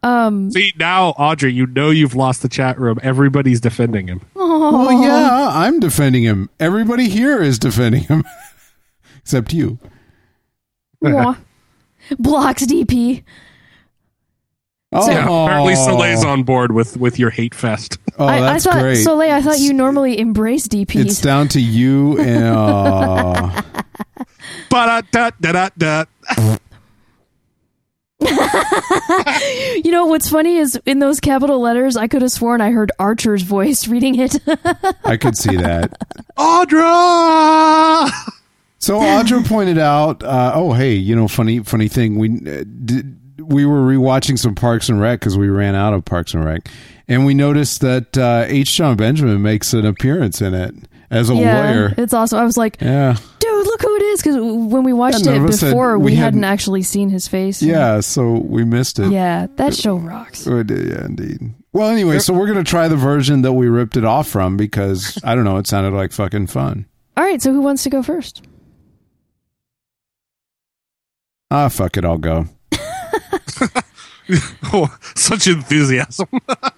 Speaker 3: Um.
Speaker 4: See now, Audrey, you know you've lost the chat room. Everybody's defending him.
Speaker 3: Oh
Speaker 2: Well, yeah, I'm defending him. Everybody here is defending him, except you.
Speaker 3: Wah. Blocks DP.
Speaker 2: Oh,
Speaker 4: Yeah, apparently Soleil's on board with with your hate fest.
Speaker 2: Oh,
Speaker 3: I,
Speaker 2: that's
Speaker 3: I thought
Speaker 2: great.
Speaker 3: Soleil. I thought you normally embrace DPs.
Speaker 2: it's down to you and uh, aw.
Speaker 4: But da da da da.
Speaker 3: You know what's funny is in those capital letters, I could have sworn I heard Archer's voice reading it.
Speaker 2: I could see that.
Speaker 4: Audra.
Speaker 2: So Audra pointed out, uh, oh hey, you know, funny funny thing. We uh, did, we were rewatching some Parks and Rec because we ran out of Parks and Rec, and we noticed that uh, H. John Benjamin makes an appearance in it as a
Speaker 3: yeah,
Speaker 2: lawyer.
Speaker 3: it's awesome. I was like,
Speaker 2: Yeah,
Speaker 3: dude, look who it is, because when we watched
Speaker 2: Yeah,
Speaker 3: it
Speaker 2: none of us had-
Speaker 3: before,
Speaker 2: we
Speaker 3: we, hadn't,
Speaker 2: hadn't-
Speaker 3: actually seen his face.
Speaker 2: yeah. So we missed it.
Speaker 3: yeah, that show rocks.
Speaker 2: Oh, it did, yeah, indeed. Well, anyway, so we're gonna try the version that we ripped it off from because I don't know, it sounded like fucking fun.
Speaker 3: All right, so who wants to go first?
Speaker 2: Ah, fuck it, I'll go.
Speaker 4: Oh, such enthusiasm.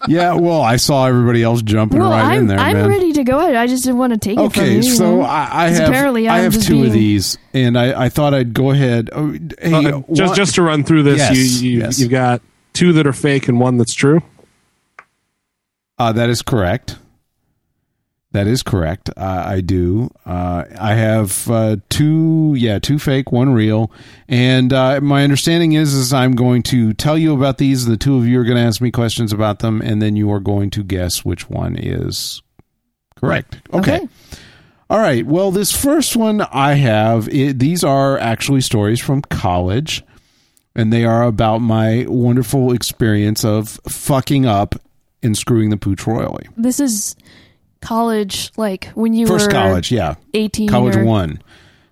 Speaker 2: Yeah, well, I saw everybody else jumping
Speaker 3: well,
Speaker 2: right
Speaker 3: I'm
Speaker 2: in there,
Speaker 3: I'm
Speaker 2: man.
Speaker 3: ready to go at it. I just didn't want to take it from you.
Speaker 2: Okay,
Speaker 3: you
Speaker 2: so
Speaker 3: know?
Speaker 2: I, I
Speaker 3: 'Cause
Speaker 2: have
Speaker 3: apparently
Speaker 2: I
Speaker 3: I'm
Speaker 2: have
Speaker 3: just
Speaker 2: two of
Speaker 3: being-
Speaker 2: these, and I, I thought I'd go ahead. Oh, hey,
Speaker 4: Uh, just
Speaker 2: one-
Speaker 4: just to run through this,
Speaker 2: Yes,
Speaker 4: you, you
Speaker 2: yes.
Speaker 4: you've got two that are fake and one that's true.
Speaker 2: uh, that is correct. That is correct. Uh, I do. Uh, I have uh, two, yeah, two fake, one real, and uh, my understanding is is I'm going to tell you about these. The two of you are going to ask me questions about them, and then you are going to guess which one is correct. okay. All right. Well, this first one I have, it, these are actually stories from college, and they are about my wonderful experience of fucking up and screwing the pooch royally.
Speaker 3: this is college, like when you
Speaker 2: First
Speaker 3: were
Speaker 2: college, yeah.
Speaker 3: 18
Speaker 2: College
Speaker 3: or
Speaker 2: one.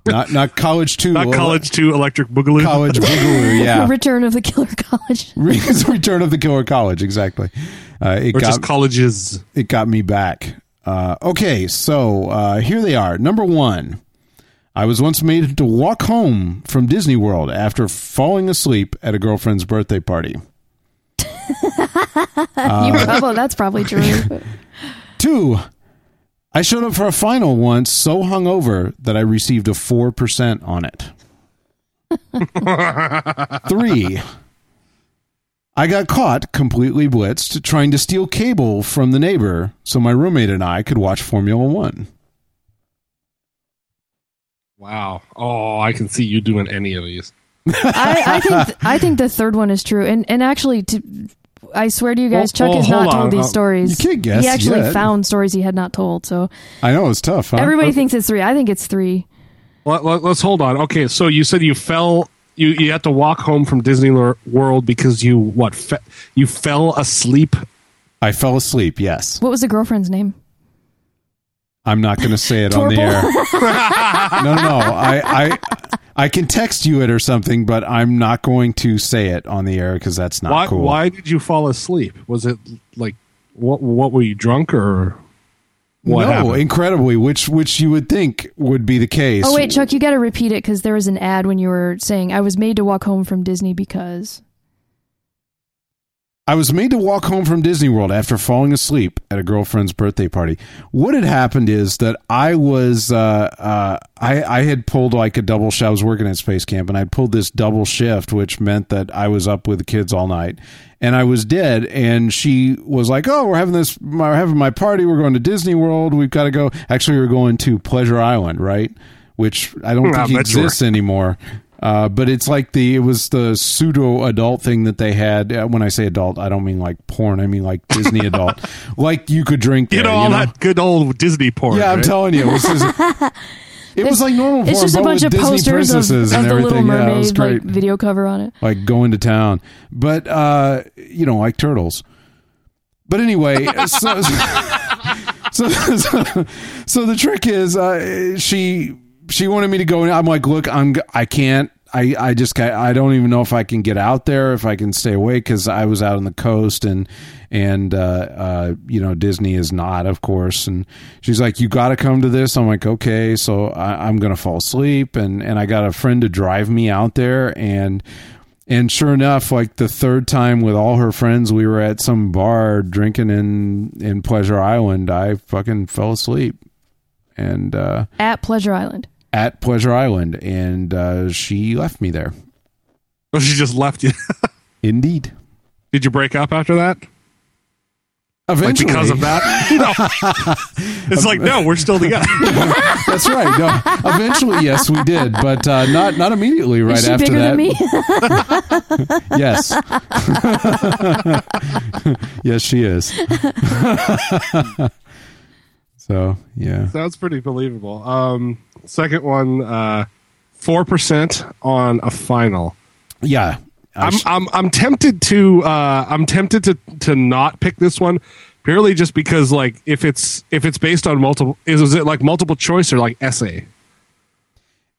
Speaker 2: Not not college two.
Speaker 4: Not
Speaker 2: well,
Speaker 4: college two electric boogaloo.
Speaker 2: College boogaloo, yeah.
Speaker 3: Return of the Killer College.
Speaker 2: It's Return of the Killer College, exactly. Uh, it
Speaker 4: or
Speaker 2: got,
Speaker 4: just colleges.
Speaker 2: it got me back. Uh, okay, so uh, here they are. Number one, I was once made to walk home from Disney World after falling asleep at a girlfriend's birthday party. Uh,
Speaker 3: you probably, that's probably true. but-
Speaker 2: Two, I showed up for a final once so hungover that I received a 4% on it. Three, I got caught completely blitzed trying to steal cable from the neighbor so my roommate and I could watch Formula One.
Speaker 4: Wow. Oh, I can see you doing any of these.
Speaker 3: I, I think I think the third one is true, and and actually, to, I swear to you
Speaker 2: Oh,
Speaker 3: guys,
Speaker 4: Well,
Speaker 3: Chuck has not
Speaker 4: well, hold on.
Speaker 3: told these
Speaker 4: Uh,
Speaker 3: stories.
Speaker 2: you can't guess
Speaker 3: He actually
Speaker 2: yet.
Speaker 3: found stories he had not told. So
Speaker 2: I know it's tough. Huh? Oh.
Speaker 3: everybody thinks it's three. I think it's three.
Speaker 4: Let, let, us hold on. Okay, so you said you fell. You you had to walk home from Disney Lo- World because you what? Fe- you fell asleep.
Speaker 2: I fell asleep. Yes,
Speaker 3: What was the girlfriend's name?
Speaker 2: I'm not going to say it on the air. no, no, no. I, I, I can text you it or something, but I'm not going to say it on the air because that's not
Speaker 4: Why
Speaker 2: cool.
Speaker 4: why did you fall asleep? Was it like what? What were you drunk or? What
Speaker 2: no,
Speaker 4: happened?
Speaker 2: incredibly, which which you would think would be the case.
Speaker 3: Oh wait, Chuck, you got to repeat it because there was an ad when you were saying I was made to walk home from Disney because.
Speaker 2: I was made to walk home from Disney World after falling asleep at a girlfriend's birthday party. What had happened is that I was, uh, uh, I, I had pulled like a double shift. I was working at Space Camp and I pulled this double shift, which meant that I was up with the kids all night and I was dead. And she was like, Oh, we're having this, we're having my party. We're going to Disney World. We've got to go. Actually, we're going to Pleasure Island, right? Which I don't
Speaker 4: Hmm, I
Speaker 2: think
Speaker 4: bet you were.
Speaker 2: exists anymore. Uh, but it's like the it was the pseudo adult thing that they had. Uh, when I say adult, I don't mean like porn. I mean like Disney adult. like you could drink. There,
Speaker 4: You know all that good old Disney porn.
Speaker 2: Yeah, I'm
Speaker 4: right?
Speaker 2: telling you, it was, just- it was like normal porn.
Speaker 3: It's just a
Speaker 2: but
Speaker 3: bunch
Speaker 2: Oh, with
Speaker 3: of
Speaker 2: Disney
Speaker 3: posters of,
Speaker 2: princesses
Speaker 3: of
Speaker 2: and
Speaker 3: the
Speaker 2: everything.
Speaker 3: Little
Speaker 2: yeah, it was
Speaker 3: Mermaid
Speaker 2: great.
Speaker 3: like video cover on it.
Speaker 2: like going to town. But uh, you know, like turtles. But anyway, so, so, so so the trick is uh, she she wanted me to go and I'm like, look, I'm g- I can't I, I just ca- I don't even know if I can get out there if I can stay away because I was out on the coast and and uh, uh, you know Disney is not of course and she's like you got to come to this I'm like okay so I, I'm gonna fall asleep and and I got a friend to drive me out there and and sure enough like the third time with all her friends we were at some bar drinking in in Pleasure Island I fucking fell asleep and uh,
Speaker 3: at Pleasure Island.
Speaker 2: at Pleasure Island and uh, she left me there.
Speaker 4: Well, she just left you.
Speaker 2: Indeed.
Speaker 4: Did you break up after that? Like
Speaker 2: Eventually,
Speaker 4: because of that? No. it's like no, we're still together.
Speaker 2: that's right. No, eventually, yes, we did, but uh, not not immediately. Right
Speaker 3: Is she
Speaker 2: after
Speaker 3: bigger
Speaker 2: that,
Speaker 3: than me?
Speaker 2: yes, yes, she is. so yeah,
Speaker 4: Sounds pretty believable. Um, second one, uh, four percent on a final.
Speaker 2: yeah. I
Speaker 4: I'm,
Speaker 2: sh-
Speaker 4: I'm I'm tempted to uh, I'm tempted to to not pick this one purely just because like if it's if it's based on multiple is, is it like multiple choice or like essay?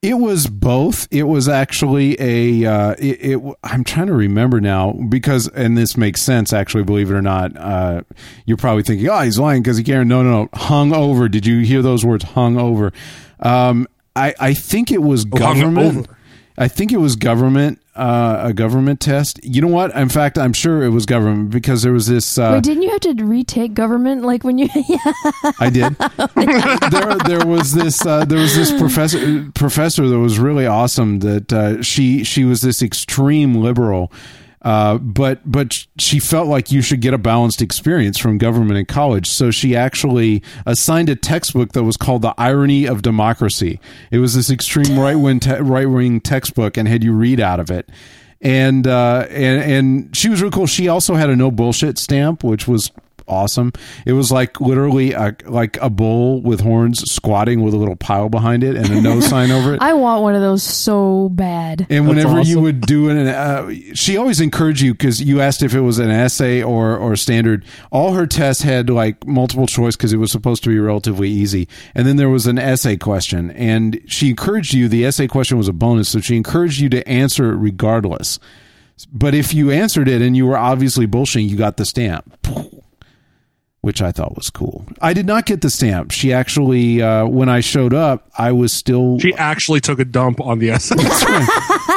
Speaker 2: It was both. It was actually a. Uh, it, it. w- I'm trying to remember now because, and this makes sense. Actually, believe it or not, uh, you're probably thinking, "Oh, he's lying because he can't." No, no, no. Hung over. Did you hear those words? Hung over. Um, I, I think it was
Speaker 4: Oh, hung
Speaker 2: government.
Speaker 4: over.
Speaker 2: I think it was government. Uh, a government test. You know what? In fact, I'm sure it was government because there was this. Uh,
Speaker 3: Wait, didn't you have to retake government like when you? yeah,
Speaker 2: I did. there, there was this uh, there was this professor professor that was really awesome. That uh, she she was this extreme liberal. Uh, but but she felt like you should get a balanced experience from government and college, so she actually assigned a textbook that was called "The Irony of Democracy." It was this extreme right wing te- right wing textbook, and had you read out of it and uh, and and she was really cool. She also had a no bullshit stamp, which was awesome. It was like literally a, like a bull with horns squatting with a little pile behind it and a no sign over it.
Speaker 3: I want one of those so bad.
Speaker 2: And
Speaker 4: That's
Speaker 2: whenever you
Speaker 4: awesome.
Speaker 2: would do an, uh, she always encouraged you because you asked if it was an essay or or standard. All her tests had like multiple choice because it was supposed to be relatively easy. And then there was an essay question, and she encouraged you. The essay question was a bonus, so she encouraged you to answer it regardless. But if you answered it and you were obviously bullshitting, you got the stamp, which I thought was cool. I did not get the stamp. She actually, uh, when I showed up, I was still
Speaker 4: She actually took a dump on the essay.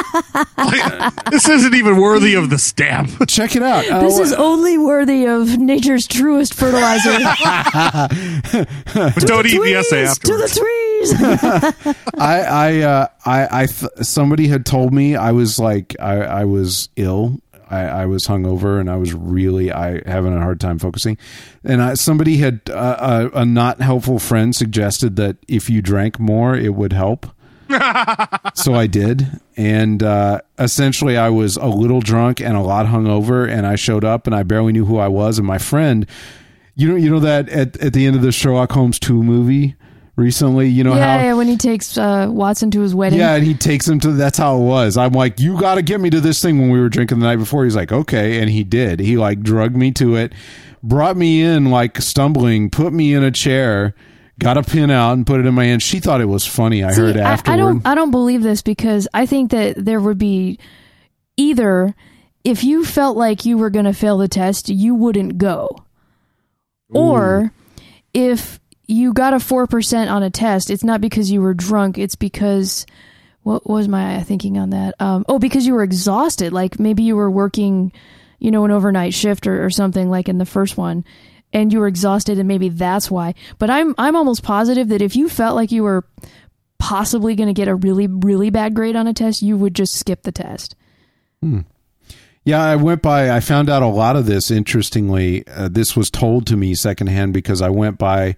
Speaker 4: Like, this isn't even worthy of the stamp.
Speaker 2: check it out. Uh,
Speaker 3: This is only worthy of nature's truest fertilizer.
Speaker 4: But don't eat the essay
Speaker 3: Tweez, to
Speaker 4: afterwards.
Speaker 3: the
Speaker 2: I I uh, I I th- somebody had told me I was like I I was ill. I, I was hungover and I was really I having a hard time focusing, and I, somebody had uh, a, a not helpful friend suggested that if you drank more, it would help. so I did, and uh, essentially I was a little drunk and a lot hungover, and I showed up and I barely knew who I was, and my friend, you know, you know that at at the end of the Sherlock Holmes two movie recently, you know
Speaker 3: yeah,
Speaker 2: how
Speaker 3: yeah, when he takes uh, Watson to his wedding.
Speaker 2: yeah, and he takes him to. That's how it was. I'm like, you got to get me to this thing when we were drinking the night before. He's like, okay, and he did. He like drugged me to it, brought me in like stumbling, put me in a chair, got a pin out and put it in my hand. She thought it was funny. I
Speaker 3: See,
Speaker 2: heard
Speaker 3: I, I
Speaker 2: afterward.
Speaker 3: don't. I don't believe this because I think that there would be either if you felt like you were going to fail the test, you wouldn't go, or if you got a four percent on a test, it's not because you were drunk. It's because what was my thinking on that? Um, oh, because you were exhausted. Like maybe you were working, you know, an overnight shift or, or something like in the first one, and you were exhausted, and maybe that's why. But I'm I'm almost positive that if you felt like you were possibly going to get a really really bad grade on a test, you would just skip the test.
Speaker 2: Yeah, I went by. I found out a lot of this. Interestingly, uh, this was told to me secondhand because I went by.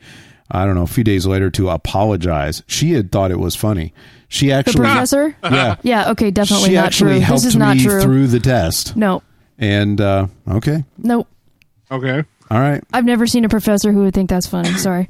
Speaker 2: I don't know a few days later to apologize. She had thought it was funny. She
Speaker 3: The
Speaker 2: actually,
Speaker 3: professor?
Speaker 2: yeah,
Speaker 3: Yeah. Okay. Definitely
Speaker 2: she
Speaker 3: not
Speaker 2: actually
Speaker 3: true.
Speaker 2: helped
Speaker 3: This is
Speaker 2: me
Speaker 3: not true.
Speaker 2: through the test.
Speaker 3: No.
Speaker 2: And uh, okay,
Speaker 3: No.
Speaker 4: Okay.
Speaker 2: all right.
Speaker 3: I've never seen a professor who would think that's funny. Sorry.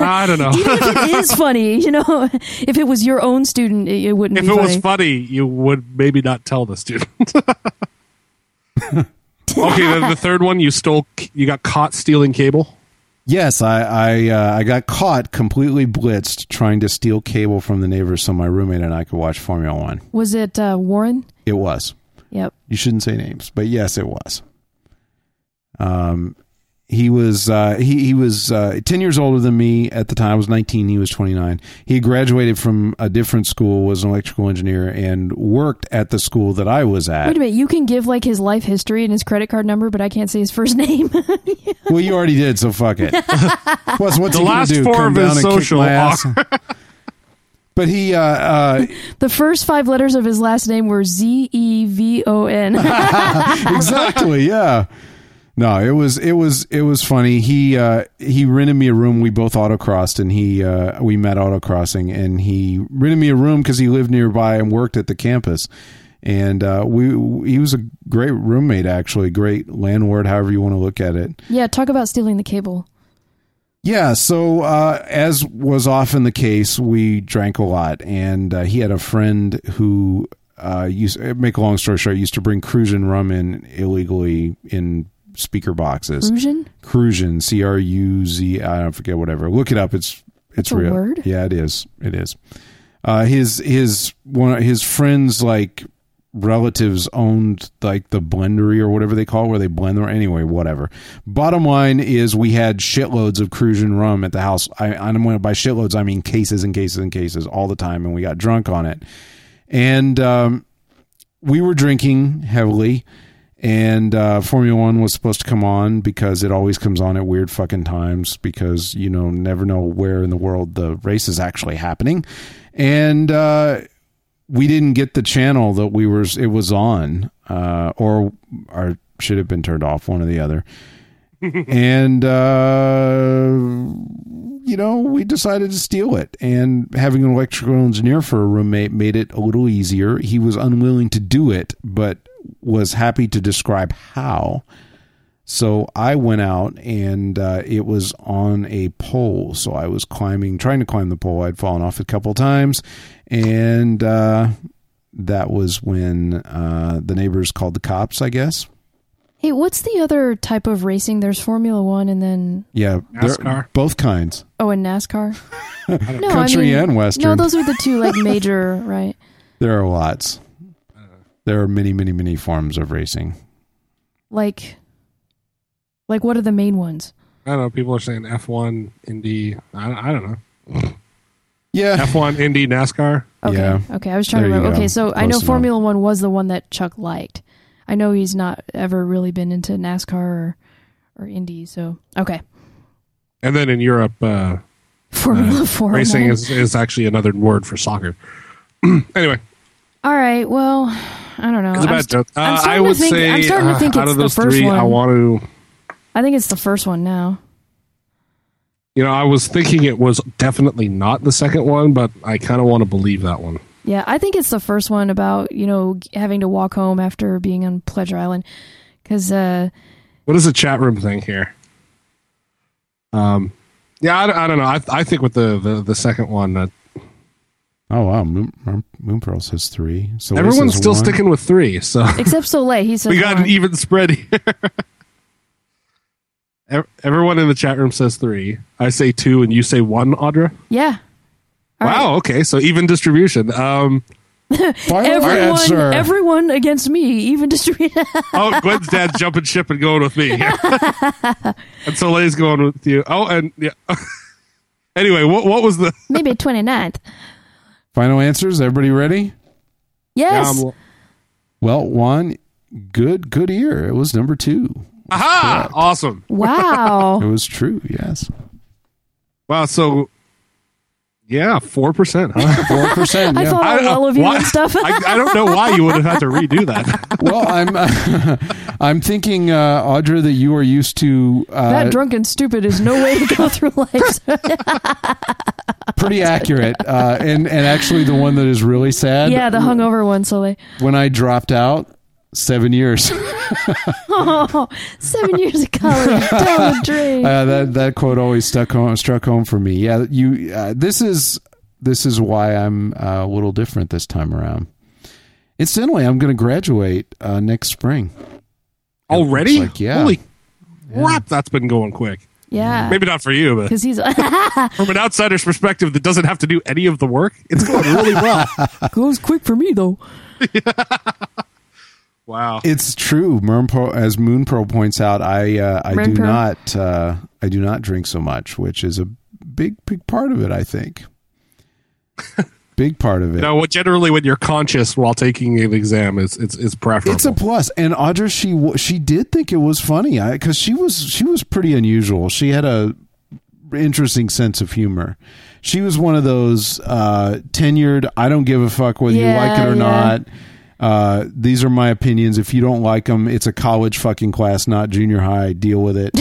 Speaker 4: I don't know.
Speaker 3: Even if it is funny, you know, if it was your own student, it, it wouldn't
Speaker 4: if
Speaker 3: be
Speaker 4: it
Speaker 3: funny.
Speaker 4: was funny, you would maybe not tell the student. okay, then the third one you stole. You got caught stealing cable.
Speaker 2: Yes, I I, uh, I got caught completely blitzed trying to steal cable from the neighbors so my roommate and I could watch Formula One.
Speaker 3: Was it uh, Warren?
Speaker 2: It was.
Speaker 3: Yep.
Speaker 2: You shouldn't say names, but yes, it was. Um, he was uh, he he was uh, ten years older than me at the time. I was nineteen. He was twenty nine. He graduated from a different school, was an electrical engineer, and worked at the school that I was at.
Speaker 3: Wait a minute. You can give like his life history and his credit card number, but I can't say his first name.
Speaker 2: Well, you already did, so fuck it. what's what's he gonna
Speaker 4: last
Speaker 2: do?
Speaker 4: four
Speaker 2: Come
Speaker 4: of
Speaker 2: down
Speaker 4: his
Speaker 2: and kick
Speaker 4: social
Speaker 2: my ass? But he, uh, uh,
Speaker 3: the first five letters of his last name were Z E V O N.
Speaker 2: exactly, yeah. No, it was it was it was funny. He uh, he rented me a room. We both autocrossed, and he uh, we met autocrossing, and he rented me a room because he lived nearby and worked at the campus. And uh, we he was a great roommate, actually, great landlord, however you want to look at it.
Speaker 3: yeah, talk about stealing the cable.
Speaker 2: Yeah, so uh, as was often the case, we drank a lot, and uh, he had a friend who uh, used make a long story short used to bring Cruisin rum in illegally in speaker boxes.
Speaker 3: Illusion?
Speaker 2: Cruisin, C R U Z, I don't forget whatever. Look it up. It's it's
Speaker 3: That's a
Speaker 2: real.
Speaker 3: word?
Speaker 2: Yeah, it is. It is. Uh, his his one of his friends like relatives owned like the blendery or whatever they call it, where they blend them anyway whatever bottom line is we had shitloads of cruisin rum at the house I, i'm going to buy shitloads i mean cases and cases and cases all the time and we got drunk on it and um, we were drinking heavily and uh, formula one was supposed to come on because it always comes on at weird fucking times because you know never know where in the world the race is actually happening and uh, we didn't get the channel that we were it was on uh, or or should have been turned off one or the other and uh, you know, we decided to steal it. And having an electrical engineer for a roommate made it a little easier. He was unwilling to do it, but was happy to describe how. So I went out and uh, it was on a pole. So I was climbing, trying to climb the pole. I'd fallen off a couple times. And uh, that was when uh, the neighbors called the cops, I guess.
Speaker 3: Hey, what's the other type of racing? There's Formula One and then,
Speaker 2: Yeah. they're-
Speaker 4: NASCAR.
Speaker 2: Both kinds.
Speaker 3: oh, and NASCAR? no,
Speaker 2: Country and Western.
Speaker 3: No, those are the two like major, right?
Speaker 2: There are lots. There are many, many, many forms of racing.
Speaker 3: Like, like what are the main ones?
Speaker 4: I don't know. People are saying F1, Indy. I, I don't know.
Speaker 2: Yeah.
Speaker 4: F1, Indy, NASCAR.
Speaker 3: Okay.
Speaker 2: Yeah.
Speaker 3: Okay. I was trying
Speaker 2: There
Speaker 3: to
Speaker 2: you
Speaker 3: remember.
Speaker 2: go.
Speaker 3: Okay. So I
Speaker 2: Close
Speaker 3: know
Speaker 2: enough.
Speaker 3: Formula One was the one that Chuck liked. I know he's not ever really been into NASCAR or, or Indy. So, okay.
Speaker 4: And then in Europe, uh,
Speaker 3: Formula Four.
Speaker 4: racing
Speaker 3: man.
Speaker 4: is, is actually another word for soccer. anyway,
Speaker 3: All right. Well, I don't know.
Speaker 4: it's
Speaker 3: I'm
Speaker 4: a bad
Speaker 3: st-
Speaker 4: joke. Uh,
Speaker 3: I'm starting
Speaker 4: I
Speaker 3: to
Speaker 4: would
Speaker 3: think-
Speaker 4: say
Speaker 3: I'm starting to
Speaker 4: uh,
Speaker 3: think
Speaker 4: out
Speaker 3: it's
Speaker 4: of
Speaker 3: the
Speaker 4: those
Speaker 3: first
Speaker 4: three, I
Speaker 3: one.
Speaker 4: want to.
Speaker 3: I think it's the first one now.
Speaker 4: You know, I was thinking it was definitely not the second one, but I kind of want to believe that one.
Speaker 3: Yeah, I think it's the first one about you know g- having to walk home after being on Pleasure Island because uh,
Speaker 4: What is the chat room thing here? Um, yeah, I, don't- I don't know. I, I think with the, the, the second one, uh,
Speaker 2: Oh wow, Moon, Moon- Moon Pearls has three. So
Speaker 4: everyone's still sticking with three. So
Speaker 3: except Soleil, he says
Speaker 4: we got
Speaker 3: one.
Speaker 4: an even spread here. Ev- Everyone in the chat room says three. I say two, and you say one, Audra.
Speaker 3: yeah. All right.
Speaker 4: wow. Okay. So even distribution. Um,
Speaker 2: Final
Speaker 3: Everyone,
Speaker 2: answer.
Speaker 3: everyone against me, even distributed.
Speaker 4: oh, Gwen's dad's jumping ship and going with me. here. and Soleil's going with you. Oh, and yeah. anyway, what what was the?
Speaker 3: Maybe 29th.
Speaker 2: Final answers. Everybody ready?
Speaker 3: Yes.
Speaker 4: Um,
Speaker 2: Well, Juan, good, good ear. It was number two.
Speaker 4: aha! Awesome.
Speaker 2: It
Speaker 3: wow.
Speaker 2: was true. Yes,
Speaker 4: Wow. So, yeah, four percent. Huh?
Speaker 2: four percent.
Speaker 3: I
Speaker 2: Yeah.
Speaker 3: thought
Speaker 4: I- uh,
Speaker 3: all of you
Speaker 4: why-
Speaker 3: and stuff.
Speaker 4: I, I don't know why you would have had to redo that.
Speaker 2: well, I'm, I'm thinking, uh, Audra, that you are used to uh,
Speaker 3: that drunk and stupid is no way to go through life.
Speaker 2: pretty accurate, uh, and and actually the one that is really sad.
Speaker 3: yeah, the hungover one, Soleil.
Speaker 2: when I dropped out, seven years.
Speaker 3: Oh, seven years of college down the drain.
Speaker 2: Uh, that that quote always stuck home, struck home for me. Yeah, you. Uh, this is this is why I'm uh, a little different this time around. Incidentally, I'm going to graduate uh, next spring.
Speaker 4: Already?
Speaker 2: Looks like, yeah.
Speaker 4: Holy crap! That's been going quick.
Speaker 3: Yeah.
Speaker 4: Maybe not for you, but
Speaker 3: Because he's
Speaker 4: from an outsider's perspective that doesn't have to do any of the work, it's going really well.
Speaker 3: goes quick for me though.
Speaker 4: Wow.
Speaker 2: It's true. Mermpo, as Moon Pearl points out, I uh, I
Speaker 3: Moon
Speaker 2: do
Speaker 3: Pearl.
Speaker 2: not uh, I do not drink so much, which is a big big part of it. I think big part of it.
Speaker 4: No, what generally when you're conscious while taking an exam is it's it's preferable.
Speaker 2: It's a plus, and Audra she w- she did think it was funny because she was she was pretty unusual. She had a interesting sense of humor. She was one of those uh, tenured. I don't give a fuck whether you like it
Speaker 3: Yeah,
Speaker 2: or
Speaker 3: yeah.
Speaker 2: not. Uh, these are my opinions. If you don't like them, it's a college fucking class, not junior high. Deal with it.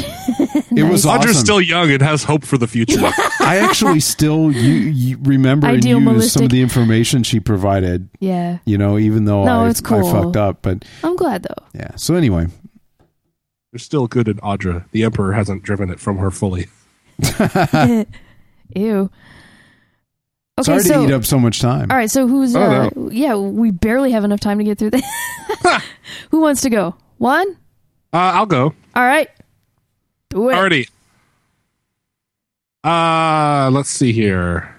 Speaker 2: It was
Speaker 4: Audra's
Speaker 2: awesome.
Speaker 4: still young and has hope for the future.
Speaker 2: I actually still you, you remember and
Speaker 3: Ideal
Speaker 2: use some
Speaker 3: Melistic.
Speaker 2: of the information she provided.
Speaker 3: Yeah.
Speaker 2: You know, even though
Speaker 3: No,
Speaker 2: I,
Speaker 3: it's
Speaker 2: I
Speaker 3: cool.
Speaker 2: fucked up, but
Speaker 3: I'm glad though.
Speaker 2: yeah. So anyway,
Speaker 4: There's still good in Audra. The Emperor hasn't driven it from her fully.
Speaker 3: Ew. Okay,
Speaker 2: Sorry
Speaker 3: so
Speaker 2: to eat up so much time.
Speaker 3: all right, so who's?
Speaker 4: Oh,
Speaker 3: uh, Yeah, we barely have enough time to get through this. Who wants to go? One.
Speaker 4: Uh, I'll go.
Speaker 3: All right. Do it.
Speaker 4: Already. Uh let's see here.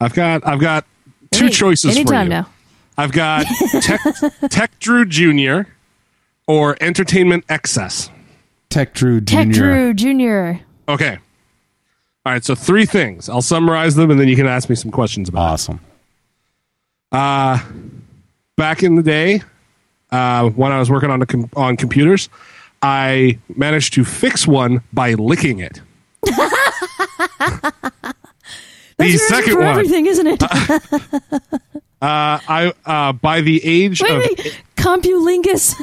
Speaker 4: I've got I've got two
Speaker 3: Any-
Speaker 4: choices for
Speaker 3: Anytime
Speaker 4: you.
Speaker 3: now.
Speaker 4: I've got Tech, Tech Drew Jr. or Entertainment Excess.
Speaker 2: Tech Drew Jr.
Speaker 3: Tech Drew Jr.
Speaker 4: Okay. All right, so three things. I'll summarize them and then you can ask me some questions about it.
Speaker 2: Awesome.
Speaker 4: uh, back in the day uh, when I was working on a com- on computers, I managed to fix one by licking it. the
Speaker 3: That's your answer
Speaker 4: second
Speaker 3: for
Speaker 4: one,
Speaker 3: everything, isn't it?
Speaker 4: uh, I uh, by the age
Speaker 3: wait,
Speaker 4: of
Speaker 3: wait. Compulingus.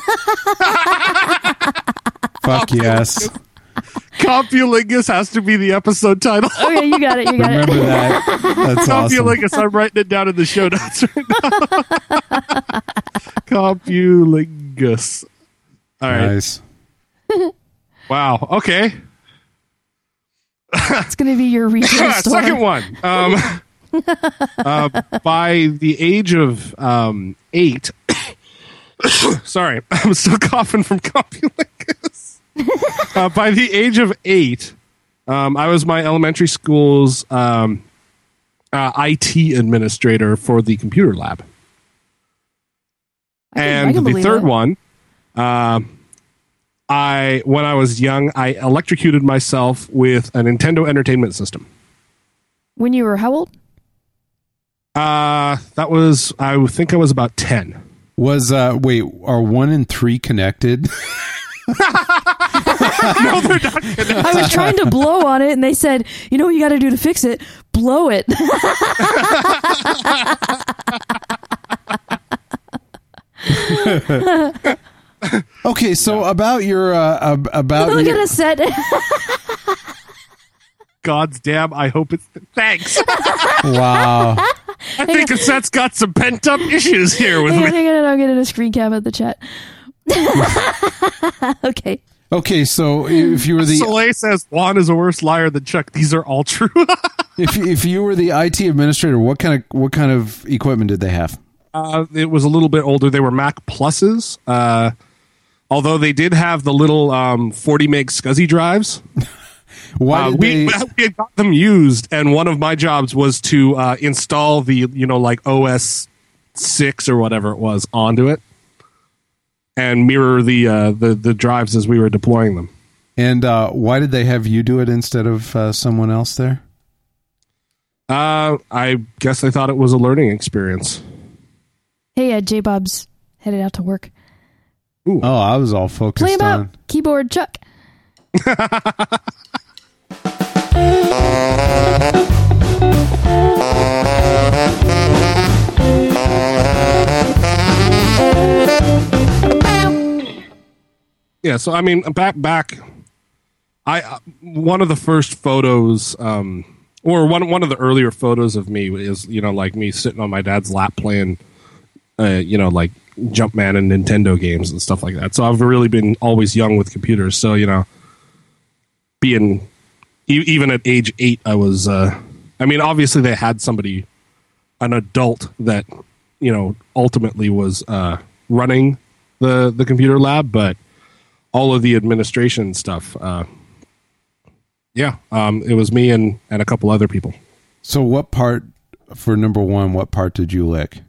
Speaker 2: Fuck yes.
Speaker 4: Compulingus has to be the episode title.
Speaker 3: okay, you got it. You got
Speaker 2: Remember
Speaker 3: it.
Speaker 2: that. That's awesome.
Speaker 4: Compulingus. I'm writing it down in the show notes right now. Compulingus. All right.
Speaker 2: Nice.
Speaker 4: Wow. Okay.
Speaker 3: It's gonna be your retail store.
Speaker 4: Uh, Second one. Um, uh, by the age of um, eight, sorry, I'm still coughing from Compulicus. uh, by the age of eight, um, I was my elementary school's um, uh, IT administrator for the computer lab.
Speaker 3: I can- I
Speaker 4: and
Speaker 3: can
Speaker 4: the
Speaker 3: believe
Speaker 4: third
Speaker 3: it.
Speaker 4: one, uh, I when I was young, I electrocuted myself with a Nintendo Entertainment System.
Speaker 3: When you were how old?
Speaker 4: Uh, that was I think I was about ten.
Speaker 2: Was uh wait, are one and three connected?
Speaker 3: I was trying to blow on it, and they said, "You know what you got to do to fix it? Blow it."
Speaker 2: okay, so about your uh ab- about
Speaker 3: Look
Speaker 2: your,
Speaker 3: at us set.
Speaker 4: God's damn! I hope it's thanks.
Speaker 2: wow.
Speaker 4: I think Cassette's got some pent up issues here with
Speaker 3: Hang on,
Speaker 4: me.
Speaker 3: hang on, I'll get in a screen cap at the chat. okay.
Speaker 2: Okay, so if you were the
Speaker 4: Soleil says Juan is a worse liar than Chuck. These are all true.
Speaker 2: if you, if you were the IT administrator, what kind of what kind of equipment did they have?
Speaker 4: uh, it was a little bit older. They were Mac pluses. Uh, although they did have the little um, forty meg SCSI drives.
Speaker 2: Why
Speaker 4: Uh,
Speaker 2: did
Speaker 4: we,
Speaker 2: they,
Speaker 4: we had got them used, and one of my jobs was to uh, install the you know like OS six or whatever it was onto it, and mirror the uh, the the drives as we were deploying them.
Speaker 2: and uh why did they have you do it instead of uh, someone else there?
Speaker 4: Uh, I guess they thought it was a learning experience.
Speaker 3: Hey, uh, J Bob's headed out to work.
Speaker 2: Oh, I was all
Speaker 3: Play
Speaker 2: focused
Speaker 3: him
Speaker 2: on.
Speaker 3: out. Keyboard Chuck.
Speaker 4: Yeah, so I mean, back back, I uh, one of the first photos, um, or one one of the earlier photos of me is you know like me sitting on my dad's lap playing, uh, you know like Jumpman and Nintendo games and stuff like that. So I've really been always young with computers. So you know, being e- even at age eight, I was. Uh, I mean, obviously they had somebody, an adult that you know ultimately was uh, running the the computer lab, but all of the administration stuff uh, Yeah, um, it was me and and a couple other people.
Speaker 2: So what part for number one? What part did you lick?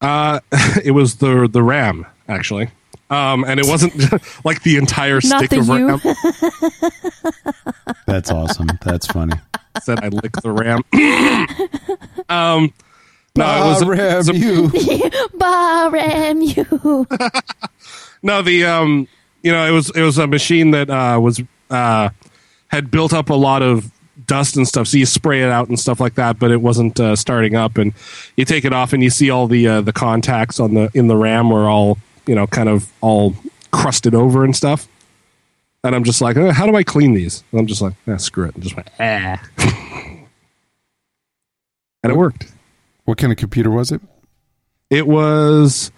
Speaker 4: Uh, it was the the ram actually, um, and it wasn't like the entire
Speaker 3: Not
Speaker 4: stick
Speaker 3: the
Speaker 4: of
Speaker 3: you.
Speaker 4: ram.
Speaker 2: That's awesome. That's funny.
Speaker 4: Said I licked the ram. um, no, it was,
Speaker 2: Ah,
Speaker 4: it was a-
Speaker 2: Ram, you.
Speaker 3: Baram you.
Speaker 4: no the um, you know it was it was a machine that uh, was uh, had built up a lot of dust and stuff. So you spray it out and stuff like that, but it wasn't uh, starting up. And you take it off and you see all the uh, the contacts on the in the ram were all you know kind of all crusted over and stuff. And I'm just like, "Eh, how do I clean these? And I'm just like, ah, screw it. And just went, ah. and it worked.
Speaker 2: What kind of computer was it?
Speaker 4: It was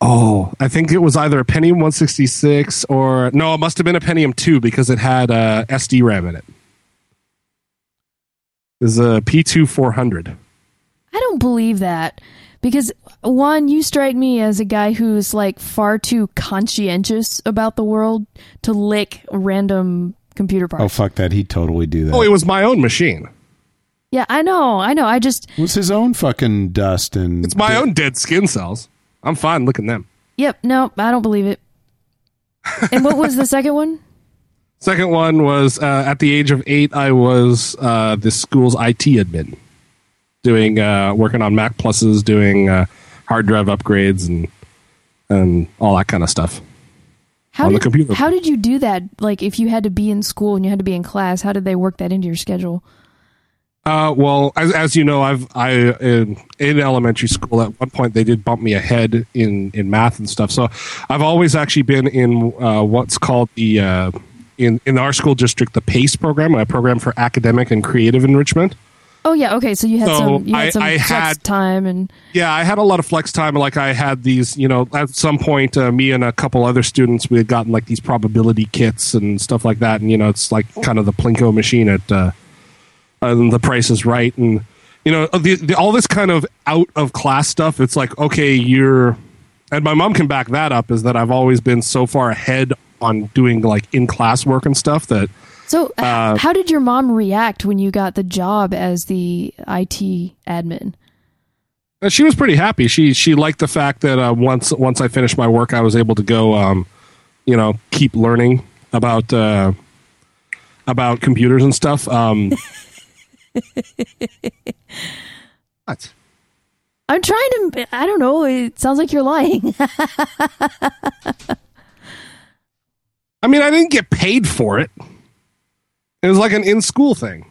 Speaker 4: oh, I think it was either a Pentium 166 or no, it must have been a Pentium 2 because it had uh, SD RAM in it. It was a P2 400.
Speaker 3: I don't believe that because one, you strike me as a guy who's like far too conscientious about the world to lick random computer
Speaker 2: Oh
Speaker 3: parts.
Speaker 2: fuck that! He totally do that.
Speaker 4: Oh, it was my own machine.
Speaker 3: Yeah, I know, I know. I just
Speaker 2: What's his own fucking dust and
Speaker 4: It's my own dead skin cells. I'm fine looking them.
Speaker 3: yep. No, I don't believe it. And what was the second one?
Speaker 4: Second one was uh, at the age of eight, I was uh, the school's IT admin, doing uh, working on Mac pluses, doing uh, hard drive upgrades, and and all that kind of stuff.
Speaker 3: How
Speaker 4: On the
Speaker 3: did,
Speaker 4: computer.
Speaker 3: How did you do that? Like, if you had to be in school and you had to be in class, how did they work that into your schedule?
Speaker 4: Uh, well, as, as you know, I've I in, in elementary school at one point they did bump me ahead in in math and stuff. So I've always actually been in uh, what's called the uh, in in our school district the PACE program, a program for academic and creative enrichment.
Speaker 3: Oh yeah, okay. So you had
Speaker 4: So
Speaker 3: some, you had
Speaker 4: I-
Speaker 3: some
Speaker 4: I
Speaker 3: flex
Speaker 4: had-
Speaker 3: time, and
Speaker 4: Yeah, I had a lot of flex time. Like I had these, you know, at some point, uh, me and a couple other students, we had gotten like these probability kits and stuff like that. And you know, it's like kind of the Plinko machine at uh, and the Price is Right, and you know, the, the, all this kind of out of class stuff. It's like okay, you're, and my mom can back that up is that I've always been so far ahead on doing like in class work and stuff that
Speaker 3: so h-
Speaker 4: Uh,
Speaker 3: how did your mom react when you got the job as the IT admin?
Speaker 4: Uh, She was pretty happy. She she liked the fact that uh, once once I finished my work, I was able to go, um, you know, keep learning about uh, about computers and stuff. Um, what?
Speaker 3: I'm trying to. I don't know. It sounds like you're lying.
Speaker 4: I mean, I didn't get paid for it. It was like an in school thing.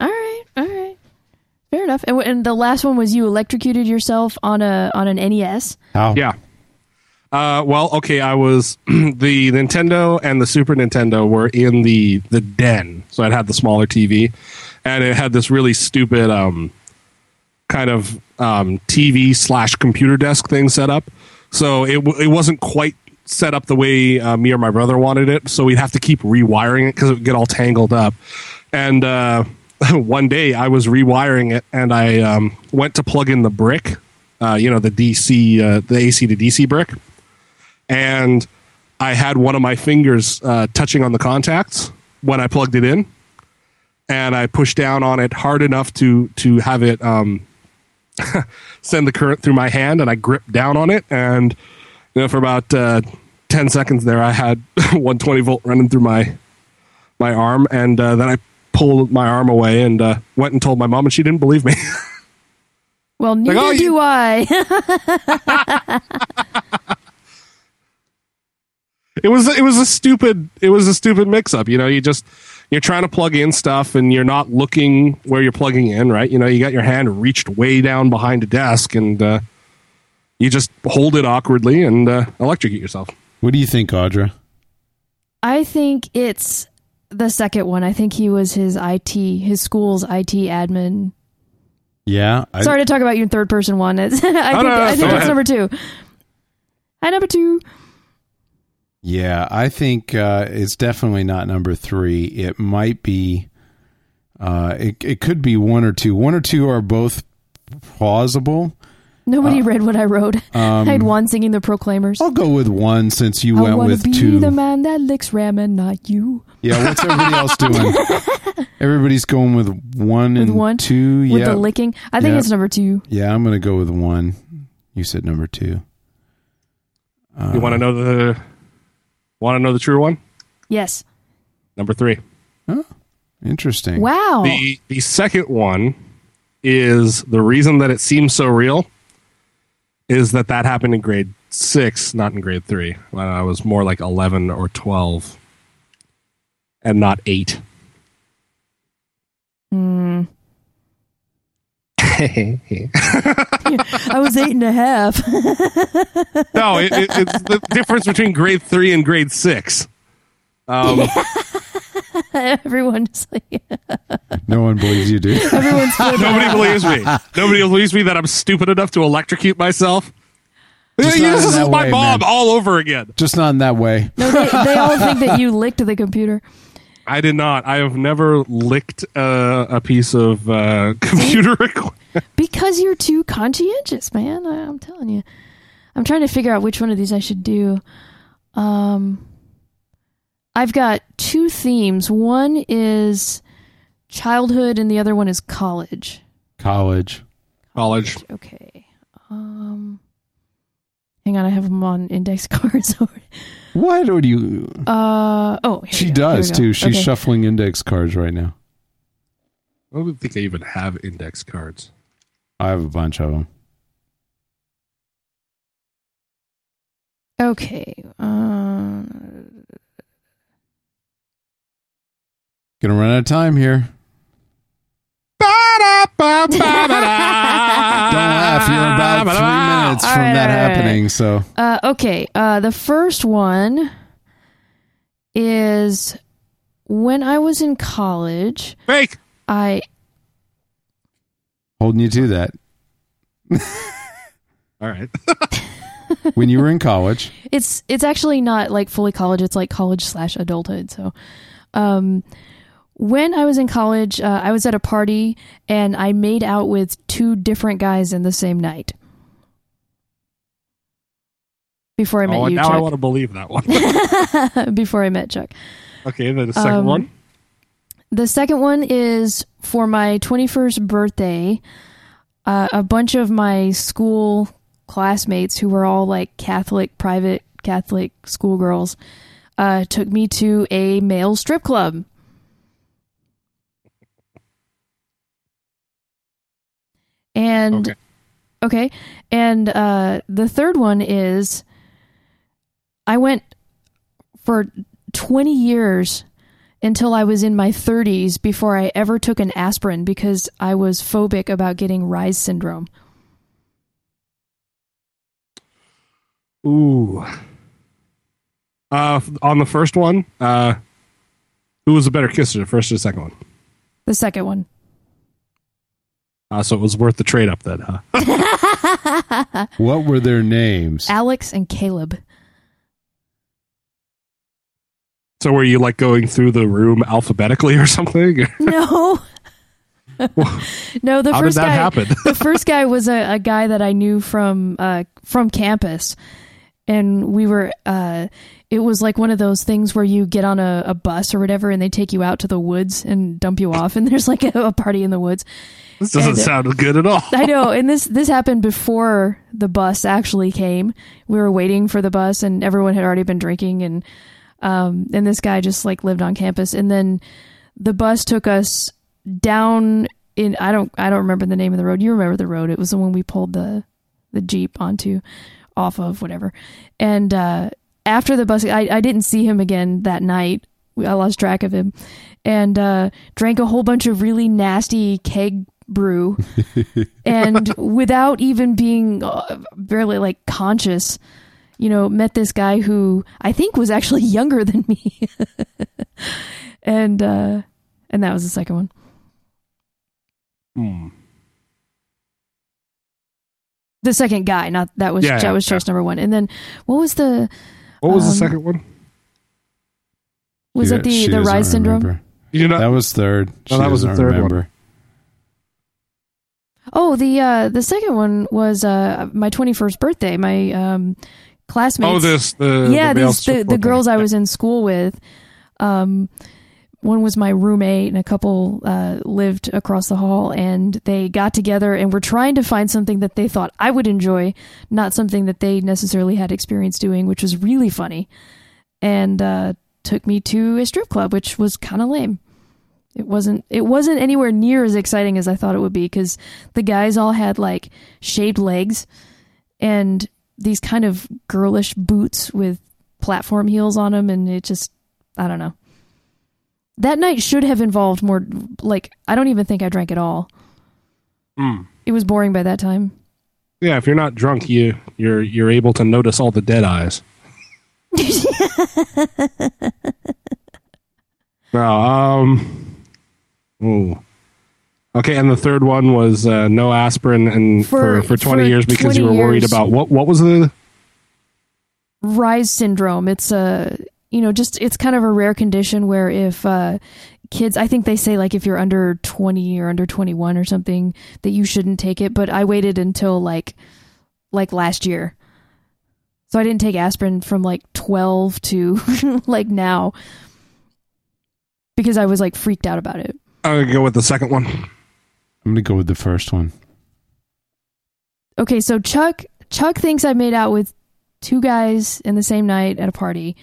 Speaker 3: all right, all right, fair enough. And, w- and the last one was you electrocuted yourself on a on an E NES.
Speaker 2: How?
Speaker 4: Yeah. Uh, well, okay. I was the Nintendo and the Super Nintendo were in the the den, so I'd had the smaller TV, and it had this really stupid um, kind of um, TV slash computer desk thing set up. So it w- it wasn't quite set up the way uh, me or my brother wanted it. So we'd have to keep rewiring it because it would get all tangled up. And uh, one day I was rewiring it, and I um, went to plug in the brick, uh, you know, the DC, uh, the AC to DC brick, and I had one of my fingers uh, touching on the contacts when I plugged it in. And I pushed down on it hard enough to to have it um, send the current through my hand and I gripped down on it and you know for about uh, 10 seconds there I had 120 volt running through my my arm and uh, then I pulled my arm away and uh, went and told my mom and she didn't believe me.
Speaker 3: Well, neither
Speaker 4: oh, you-
Speaker 3: do I.
Speaker 4: it was it was a stupid it was a stupid mix up, you know, you just you're trying to plug in stuff and you're not looking where you're plugging in, right? You know, you got your hand reached way down behind a desk and uh, you just hold it awkwardly and uh, electrocute yourself.
Speaker 2: What do you think, Audra?
Speaker 3: I think it's the second one. I think he was his IT, his school's IT admin.
Speaker 2: Yeah. I,
Speaker 3: Sorry to talk about your third person one. It's, I think,
Speaker 4: no, no,
Speaker 3: I
Speaker 4: go
Speaker 3: think that's
Speaker 4: ahead.
Speaker 3: number two. Hi, number two.
Speaker 2: Yeah, I think uh, it's definitely not number three. It might be. Uh, it it could be one or two. One or two are both plausible,
Speaker 3: Nobody read what I wrote. I had one singing the Proclaimers.
Speaker 2: I'll go with one since you
Speaker 3: I
Speaker 2: went
Speaker 3: wanna
Speaker 2: with
Speaker 3: be
Speaker 2: two.
Speaker 3: the man that licks ramen, not you.
Speaker 2: yeah, what's everybody else doing? Everybody's going with one
Speaker 3: With
Speaker 2: and
Speaker 3: one,
Speaker 2: two.
Speaker 3: with
Speaker 2: yeah,
Speaker 3: the licking. I think
Speaker 2: Yeah.
Speaker 3: it's number two.
Speaker 2: yeah. I'm gonna go with one. You said number two.
Speaker 4: you want to know the want to know the true one?
Speaker 3: Yes.
Speaker 4: Number three.
Speaker 2: Interesting.
Speaker 3: Wow.
Speaker 4: The the second one is the reason that it seems so real is that that happened in grade six, not in grade three. When I was more like eleven or twelve, and not eight.
Speaker 3: I was eight and a half.
Speaker 4: No, it, it, it's the difference between grade three and grade six. Um,
Speaker 3: Everyone's like,
Speaker 2: No one believes you, dude.
Speaker 3: everyone's flipping
Speaker 4: Nobody
Speaker 3: out.
Speaker 4: believes me. Nobody believes me that I'm stupid enough to electrocute myself.
Speaker 2: Just
Speaker 4: Yeah,
Speaker 2: not
Speaker 4: this
Speaker 2: in
Speaker 4: is
Speaker 2: that
Speaker 4: my
Speaker 2: way, man.
Speaker 4: mom all over again.
Speaker 2: Just not in that way.
Speaker 3: No, they, they all think that you licked the computer.
Speaker 4: I did not. I have never licked uh, a piece of uh, computer equipment.
Speaker 3: Because you're too conscientious, man. I, I'm telling you. I'm trying to figure out which one of these I should do. Um, I've got two themes. One is childhood, and the other one is college.
Speaker 2: College.
Speaker 4: College.
Speaker 3: Okay. Um, hang on, I have them on index cards.
Speaker 2: What would you?
Speaker 3: uh oh, here
Speaker 2: She
Speaker 3: we go, here
Speaker 2: does
Speaker 3: we go.
Speaker 2: too. She's
Speaker 3: Okay.
Speaker 2: shuffling index cards right now.
Speaker 4: I don't think I even have index cards.
Speaker 2: I have a bunch of them.
Speaker 3: Okay. Um.
Speaker 2: Gonna run out of time here.
Speaker 4: Don't
Speaker 2: Don't laugh. You're about three minutes
Speaker 3: Ah, All
Speaker 2: from
Speaker 3: right,
Speaker 2: that
Speaker 3: all right, all right.
Speaker 2: happening. So
Speaker 3: Uh, okay. Uh, the first one is when I was in college.
Speaker 4: Fake.
Speaker 3: I
Speaker 2: holding you to that.
Speaker 4: All right.
Speaker 2: When you were in college,
Speaker 3: it's it's actually not like fully college. It's like college slash adulthood. So, um, when I was in college, uh, I was at a party and I made out with two different guys in the same night. Before I met
Speaker 4: Oh,
Speaker 3: you,
Speaker 4: now I want
Speaker 3: Chuck.
Speaker 4: to believe that one.
Speaker 3: Before I met Chuck.
Speaker 4: Okay, then the second
Speaker 3: Um,
Speaker 4: one.
Speaker 3: The second one is for my 21st birthday. Uh, a bunch of my school classmates who were all like Catholic, private Catholic schoolgirls uh, took me to a male strip club. And
Speaker 4: Okay.
Speaker 3: okay. And uh, the third one is I went for 20 years until I was in my 30s before I ever took an aspirin because I was phobic about getting Rise syndrome.
Speaker 4: Ooh. Uh, f- on the first one, uh, who was a better kisser, the first or the second one?
Speaker 3: The second one.
Speaker 4: Uh, so it was worth the trade up then, huh?
Speaker 2: what were their names?
Speaker 3: Alex and Caleb.
Speaker 4: So were you like going through the room alphabetically or something?
Speaker 3: No. no, the
Speaker 4: How did
Speaker 3: first
Speaker 4: that
Speaker 3: guy
Speaker 4: happen?
Speaker 3: the first guy was a, a guy that I knew from uh, from campus, and we were. Uh, it was like one of those things where you get on a, a bus or whatever, and they take you out to the woods and dump you off, and there's like a, a party in the woods.
Speaker 4: this doesn't
Speaker 3: And-
Speaker 4: sound good at all.
Speaker 3: I know, and this this happened before the bus actually came. We were waiting for the bus, and everyone had already been drinking, and um, and this guy just like lived on campus, and then the bus took us down in I don't I don't remember the name of the road. You remember the road? It was the one we pulled the the jeep onto off of whatever, and uh, after the bus, I I didn't see him again that night. We- I lost track of him, and uh, drank a whole bunch of really nasty keg brew and without even being uh, barely like conscious you know met this guy who i think was actually younger than me and uh and that was the second one
Speaker 4: Hmm.
Speaker 3: the second guy not that was
Speaker 4: Yeah,
Speaker 3: that
Speaker 4: yeah,
Speaker 3: was choice number one and then what was the
Speaker 4: What was the
Speaker 3: Um,
Speaker 4: second one?
Speaker 3: was
Speaker 2: She-
Speaker 3: it the
Speaker 2: she
Speaker 3: the
Speaker 2: doesn't
Speaker 3: rise syndrome
Speaker 2: remember.
Speaker 4: You know,
Speaker 2: That was third.
Speaker 4: that was the
Speaker 2: doesn't
Speaker 4: third one.
Speaker 2: remember.
Speaker 3: Oh, the uh, the second one was uh, my 21st birthday. My um, classmates.
Speaker 4: Oh, this the
Speaker 3: yeah,
Speaker 4: the, male
Speaker 3: these, the, the
Speaker 4: support
Speaker 3: girls I
Speaker 4: band.
Speaker 3: was in school with. Um, one was my roommate, and a couple uh, lived across the hall, and they got together and were trying to find something that they thought I would enjoy, not something that they necessarily had experience doing, which was really funny, and uh, took me to a strip club, which was kind of lame. It wasn't. It wasn't anywhere near as exciting as I thought it would be because the guys all had like shaved legs and these kind of girlish boots with platform heels on them and it just i don't know that night should have involved more like i don't even think i drank at all
Speaker 4: Mm.
Speaker 3: it was boring by that time
Speaker 4: Yeah, if you're not drunk, you you're you're able to notice all the dead eyes. no, um, ooh. okay. And the third one was uh, no aspirin, and
Speaker 3: For-
Speaker 4: for, for, twenty
Speaker 3: for
Speaker 4: years because
Speaker 3: 20
Speaker 4: you were worried
Speaker 3: years.
Speaker 4: about what what was the
Speaker 3: rise syndrome it's a you know just it's kind of a rare condition where if uh kids i think they say like if you're under 20 or under 21 or something that you shouldn't take it but i waited until like like last year so i didn't take aspirin from like 12 to like now because i was like freaked out about it
Speaker 4: I'm gonna go with the second one.
Speaker 2: I'm gonna go with the first one.
Speaker 3: okay, so Chuck Chuck thinks I made out with two guys in the same night at a party.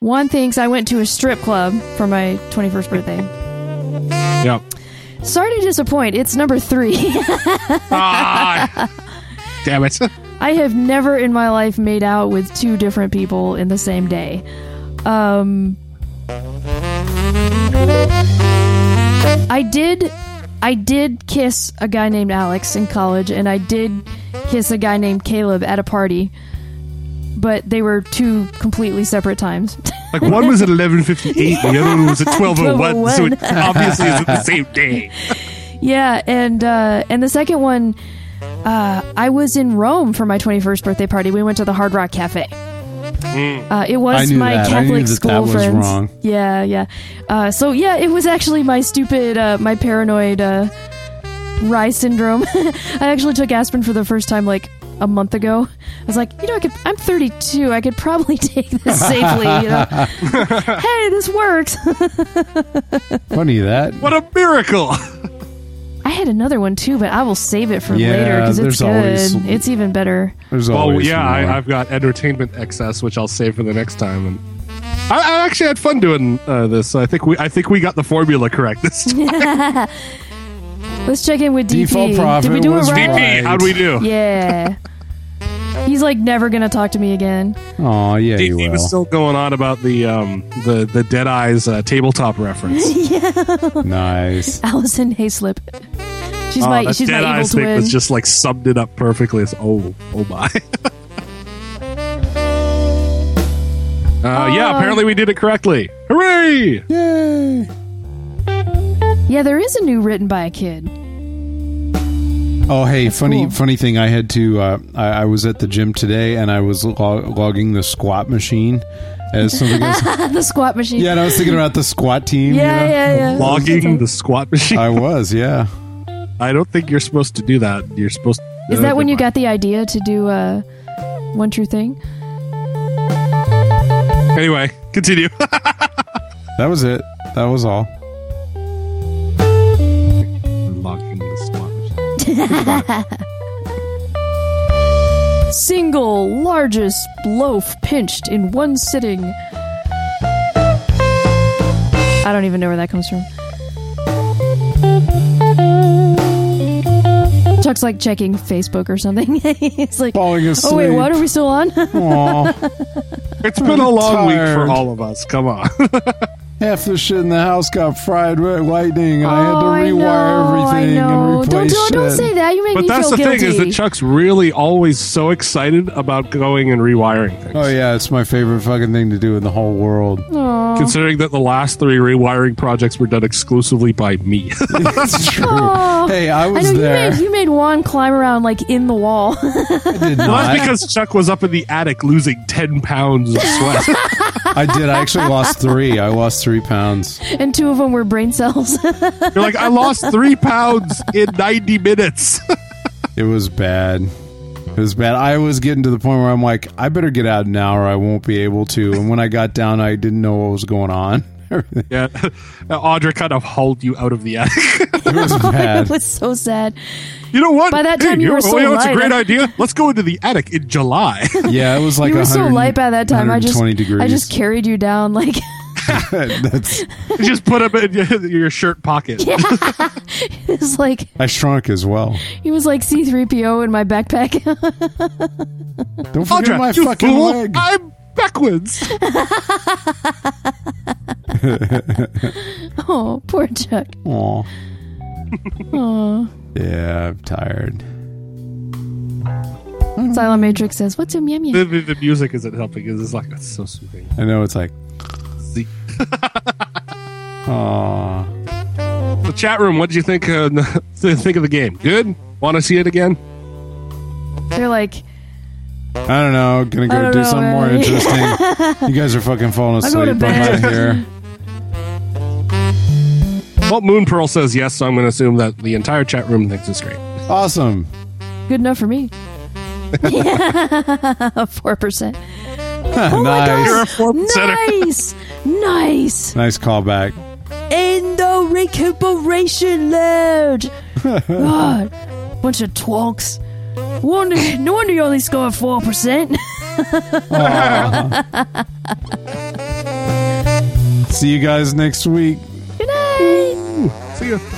Speaker 3: One thinks I went to a strip club for my 21st birthday.
Speaker 4: Yep.
Speaker 3: Sorry to disappoint, it's number 3.
Speaker 4: ah, damn it.
Speaker 3: I have never in my life made out with two different people in the same day. Um, I did, I did kiss a guy named Alex in college, and I did kiss a guy named Caleb at a party, but they were two completely separate times.
Speaker 4: Like one was at 11:58, and the other one was at 12:01. So it
Speaker 3: 12:01.
Speaker 4: obviously isn't the same day.
Speaker 3: Yeah, and uh, and the second one, uh, I was in Rome for my 21st birthday party. We went to the Hard Rock Cafe.
Speaker 4: Mm.
Speaker 3: Uh, it
Speaker 2: I
Speaker 3: was
Speaker 2: knew
Speaker 3: my
Speaker 2: that. I
Speaker 3: Catholic
Speaker 2: knew that
Speaker 3: school
Speaker 2: that was
Speaker 3: friends.
Speaker 2: wrong.
Speaker 3: Yeah, yeah. Uh, so yeah, it was actually my stupid, uh, my paranoid uh, Rye syndrome. I actually took aspirin for the first time like a month ago. I was like, you know, I could. I'm 32. I could probably take this safely. You know, hey, this works.
Speaker 2: Funny that.
Speaker 4: What a miracle!
Speaker 3: I had another one too, but I will save it for
Speaker 2: Yeah,
Speaker 3: later because it's
Speaker 2: there's
Speaker 3: good.
Speaker 2: always-
Speaker 3: It's even better.
Speaker 2: There's
Speaker 4: Well,
Speaker 2: always
Speaker 4: yeah,
Speaker 2: more.
Speaker 4: I, I've got entertainment excess, which I'll save for the next time. And I, I actually had fun doing uh, this. So I think we, I think we got the formula correct this time.
Speaker 3: Let's check in with DP.
Speaker 2: Default profit
Speaker 3: Did we do it
Speaker 2: was
Speaker 3: right?
Speaker 2: right.
Speaker 4: DP, how'd we do?
Speaker 3: Yeah. He's like never gonna talk to me again.
Speaker 2: Aw, yeah, you
Speaker 4: DP
Speaker 2: will.
Speaker 4: was still going on about the um, the the Dead Eyes uh, tabletop reference.
Speaker 2: nice.
Speaker 3: Allison Hayslip. She's
Speaker 4: Oh,
Speaker 3: my
Speaker 4: that
Speaker 3: she's
Speaker 4: Dead
Speaker 3: my evil
Speaker 4: Eyes thing
Speaker 3: twin.
Speaker 4: was just like summed it up perfectly. It's oh oh my. Uh, yeah, apparently we did it correctly. Hooray!
Speaker 2: Yay!
Speaker 3: yeah, there is a new written by a kid.
Speaker 2: Oh, hey, funny
Speaker 3: cool.
Speaker 2: funny thing. I had to. Uh, I, I was at the gym today, and I was log- logging the squat machine as something. Else.
Speaker 3: the squat machine.
Speaker 2: yeah, and I was thinking about the squat team. you
Speaker 3: yeah,
Speaker 2: know?
Speaker 3: yeah, yeah.
Speaker 4: Logging the squat machine.
Speaker 2: I was. Yeah.
Speaker 4: I don't think you're supposed to do that. You're supposed. To,
Speaker 3: Is that when you got the idea to do uh, one true thing?
Speaker 4: Anyway, continue.
Speaker 2: That was it. That was all.
Speaker 4: Logging the squat machine.
Speaker 3: Single largest loaf pinched in one sitting. I don't even know where that comes from. Chuck's like checking Facebook or something. He's like,
Speaker 2: Falling asleep.
Speaker 3: oh wait, what are we still on?
Speaker 2: Aw,
Speaker 4: It's been a long week
Speaker 2: tired.
Speaker 4: for all of us. Come on.
Speaker 2: half the shit in the house got fried by lightning, and I had to
Speaker 3: Oh,
Speaker 2: rewire
Speaker 3: know,
Speaker 2: everything
Speaker 3: I know.
Speaker 2: and
Speaker 3: Don't,
Speaker 2: replace
Speaker 3: don't, don't
Speaker 2: shit.
Speaker 3: say that. You make
Speaker 4: but
Speaker 3: me
Speaker 4: that's
Speaker 3: feel
Speaker 4: the
Speaker 3: guilty.
Speaker 4: thing is that Chuck's really always so excited about going and rewiring things.
Speaker 2: Oh yeah, it's my favorite fucking thing to do in the whole world.
Speaker 3: Aw.
Speaker 4: Considering that the last three rewiring projects were done exclusively by me.
Speaker 2: It's true.
Speaker 3: Aw.
Speaker 2: Hey, I
Speaker 3: Oh. I
Speaker 2: was
Speaker 3: know you
Speaker 2: there.
Speaker 3: made, you made Juan climb around like in the wall.
Speaker 2: I did
Speaker 4: Well,
Speaker 2: not.
Speaker 4: that's because Chuck was up in the attic losing 10 pounds of sweat.
Speaker 2: I did. I actually lost three. I lost three pounds.
Speaker 3: and two of them were brain cells.
Speaker 4: You're like, I lost three pounds in 90 minutes.
Speaker 2: It was bad. It was bad. I was getting to the point where I'm like, I better get out now or I won't be able to. And when I got down, I didn't know what was going on. Everything
Speaker 4: yeah. Uh, Audra kind of hauled you out of the attic.
Speaker 2: it was
Speaker 3: it
Speaker 2: bad.
Speaker 3: was so sad.
Speaker 4: you know what?
Speaker 3: By that time, you were so
Speaker 4: oh, know, it's a
Speaker 3: light.
Speaker 4: great idea. Let's go into the attic in July.
Speaker 2: Yeah, it was like
Speaker 3: you were so
Speaker 2: 100
Speaker 3: light by that time. I just
Speaker 2: 120 degrees.
Speaker 3: I just carried you down like
Speaker 2: That's,
Speaker 4: Just put them in your shirt pocket.
Speaker 3: it was like
Speaker 2: I shrunk as well.
Speaker 3: he was like C3PO in my backpack.
Speaker 2: Don't forget
Speaker 4: Audra,
Speaker 2: my
Speaker 4: you
Speaker 2: fucking
Speaker 4: fool.
Speaker 2: leg.
Speaker 4: I'm backwards.
Speaker 3: oh, poor Chuck.
Speaker 2: Aw.
Speaker 3: Oh.
Speaker 2: Yeah, I'm tired.
Speaker 3: Silent Matrix says, "What's a meow meow?"
Speaker 4: the, the, the music isn't helping. It's just like, that's so soothing.
Speaker 2: I know it's like,
Speaker 4: See.
Speaker 2: aw.
Speaker 4: The chat room, what did you think, uh, think of the game? Good? Want to see it again?
Speaker 3: They're like,
Speaker 2: I don't know. Gonna
Speaker 3: I
Speaker 2: go
Speaker 3: don't
Speaker 2: do
Speaker 3: know,
Speaker 2: something more
Speaker 3: man.
Speaker 2: interesting. you guys are fucking falling
Speaker 3: I'll go
Speaker 2: asleep.
Speaker 3: to
Speaker 2: I'm
Speaker 3: bed.
Speaker 2: out of here.
Speaker 4: Well, Moon Pearl says yes, so I'm going to assume that the entire chat room thinks it's great.
Speaker 2: Awesome.
Speaker 3: "Good enough for me." Four percent. Oh
Speaker 2: nice.
Speaker 4: You're a four percenter.
Speaker 3: Nice, nice.
Speaker 2: Nice callback.
Speaker 3: In the recuperation lounge. God, bunch of twonks. Wonder, no wonder you only scored four percent.
Speaker 2: See you guys next week.
Speaker 3: Good night.
Speaker 4: See ya.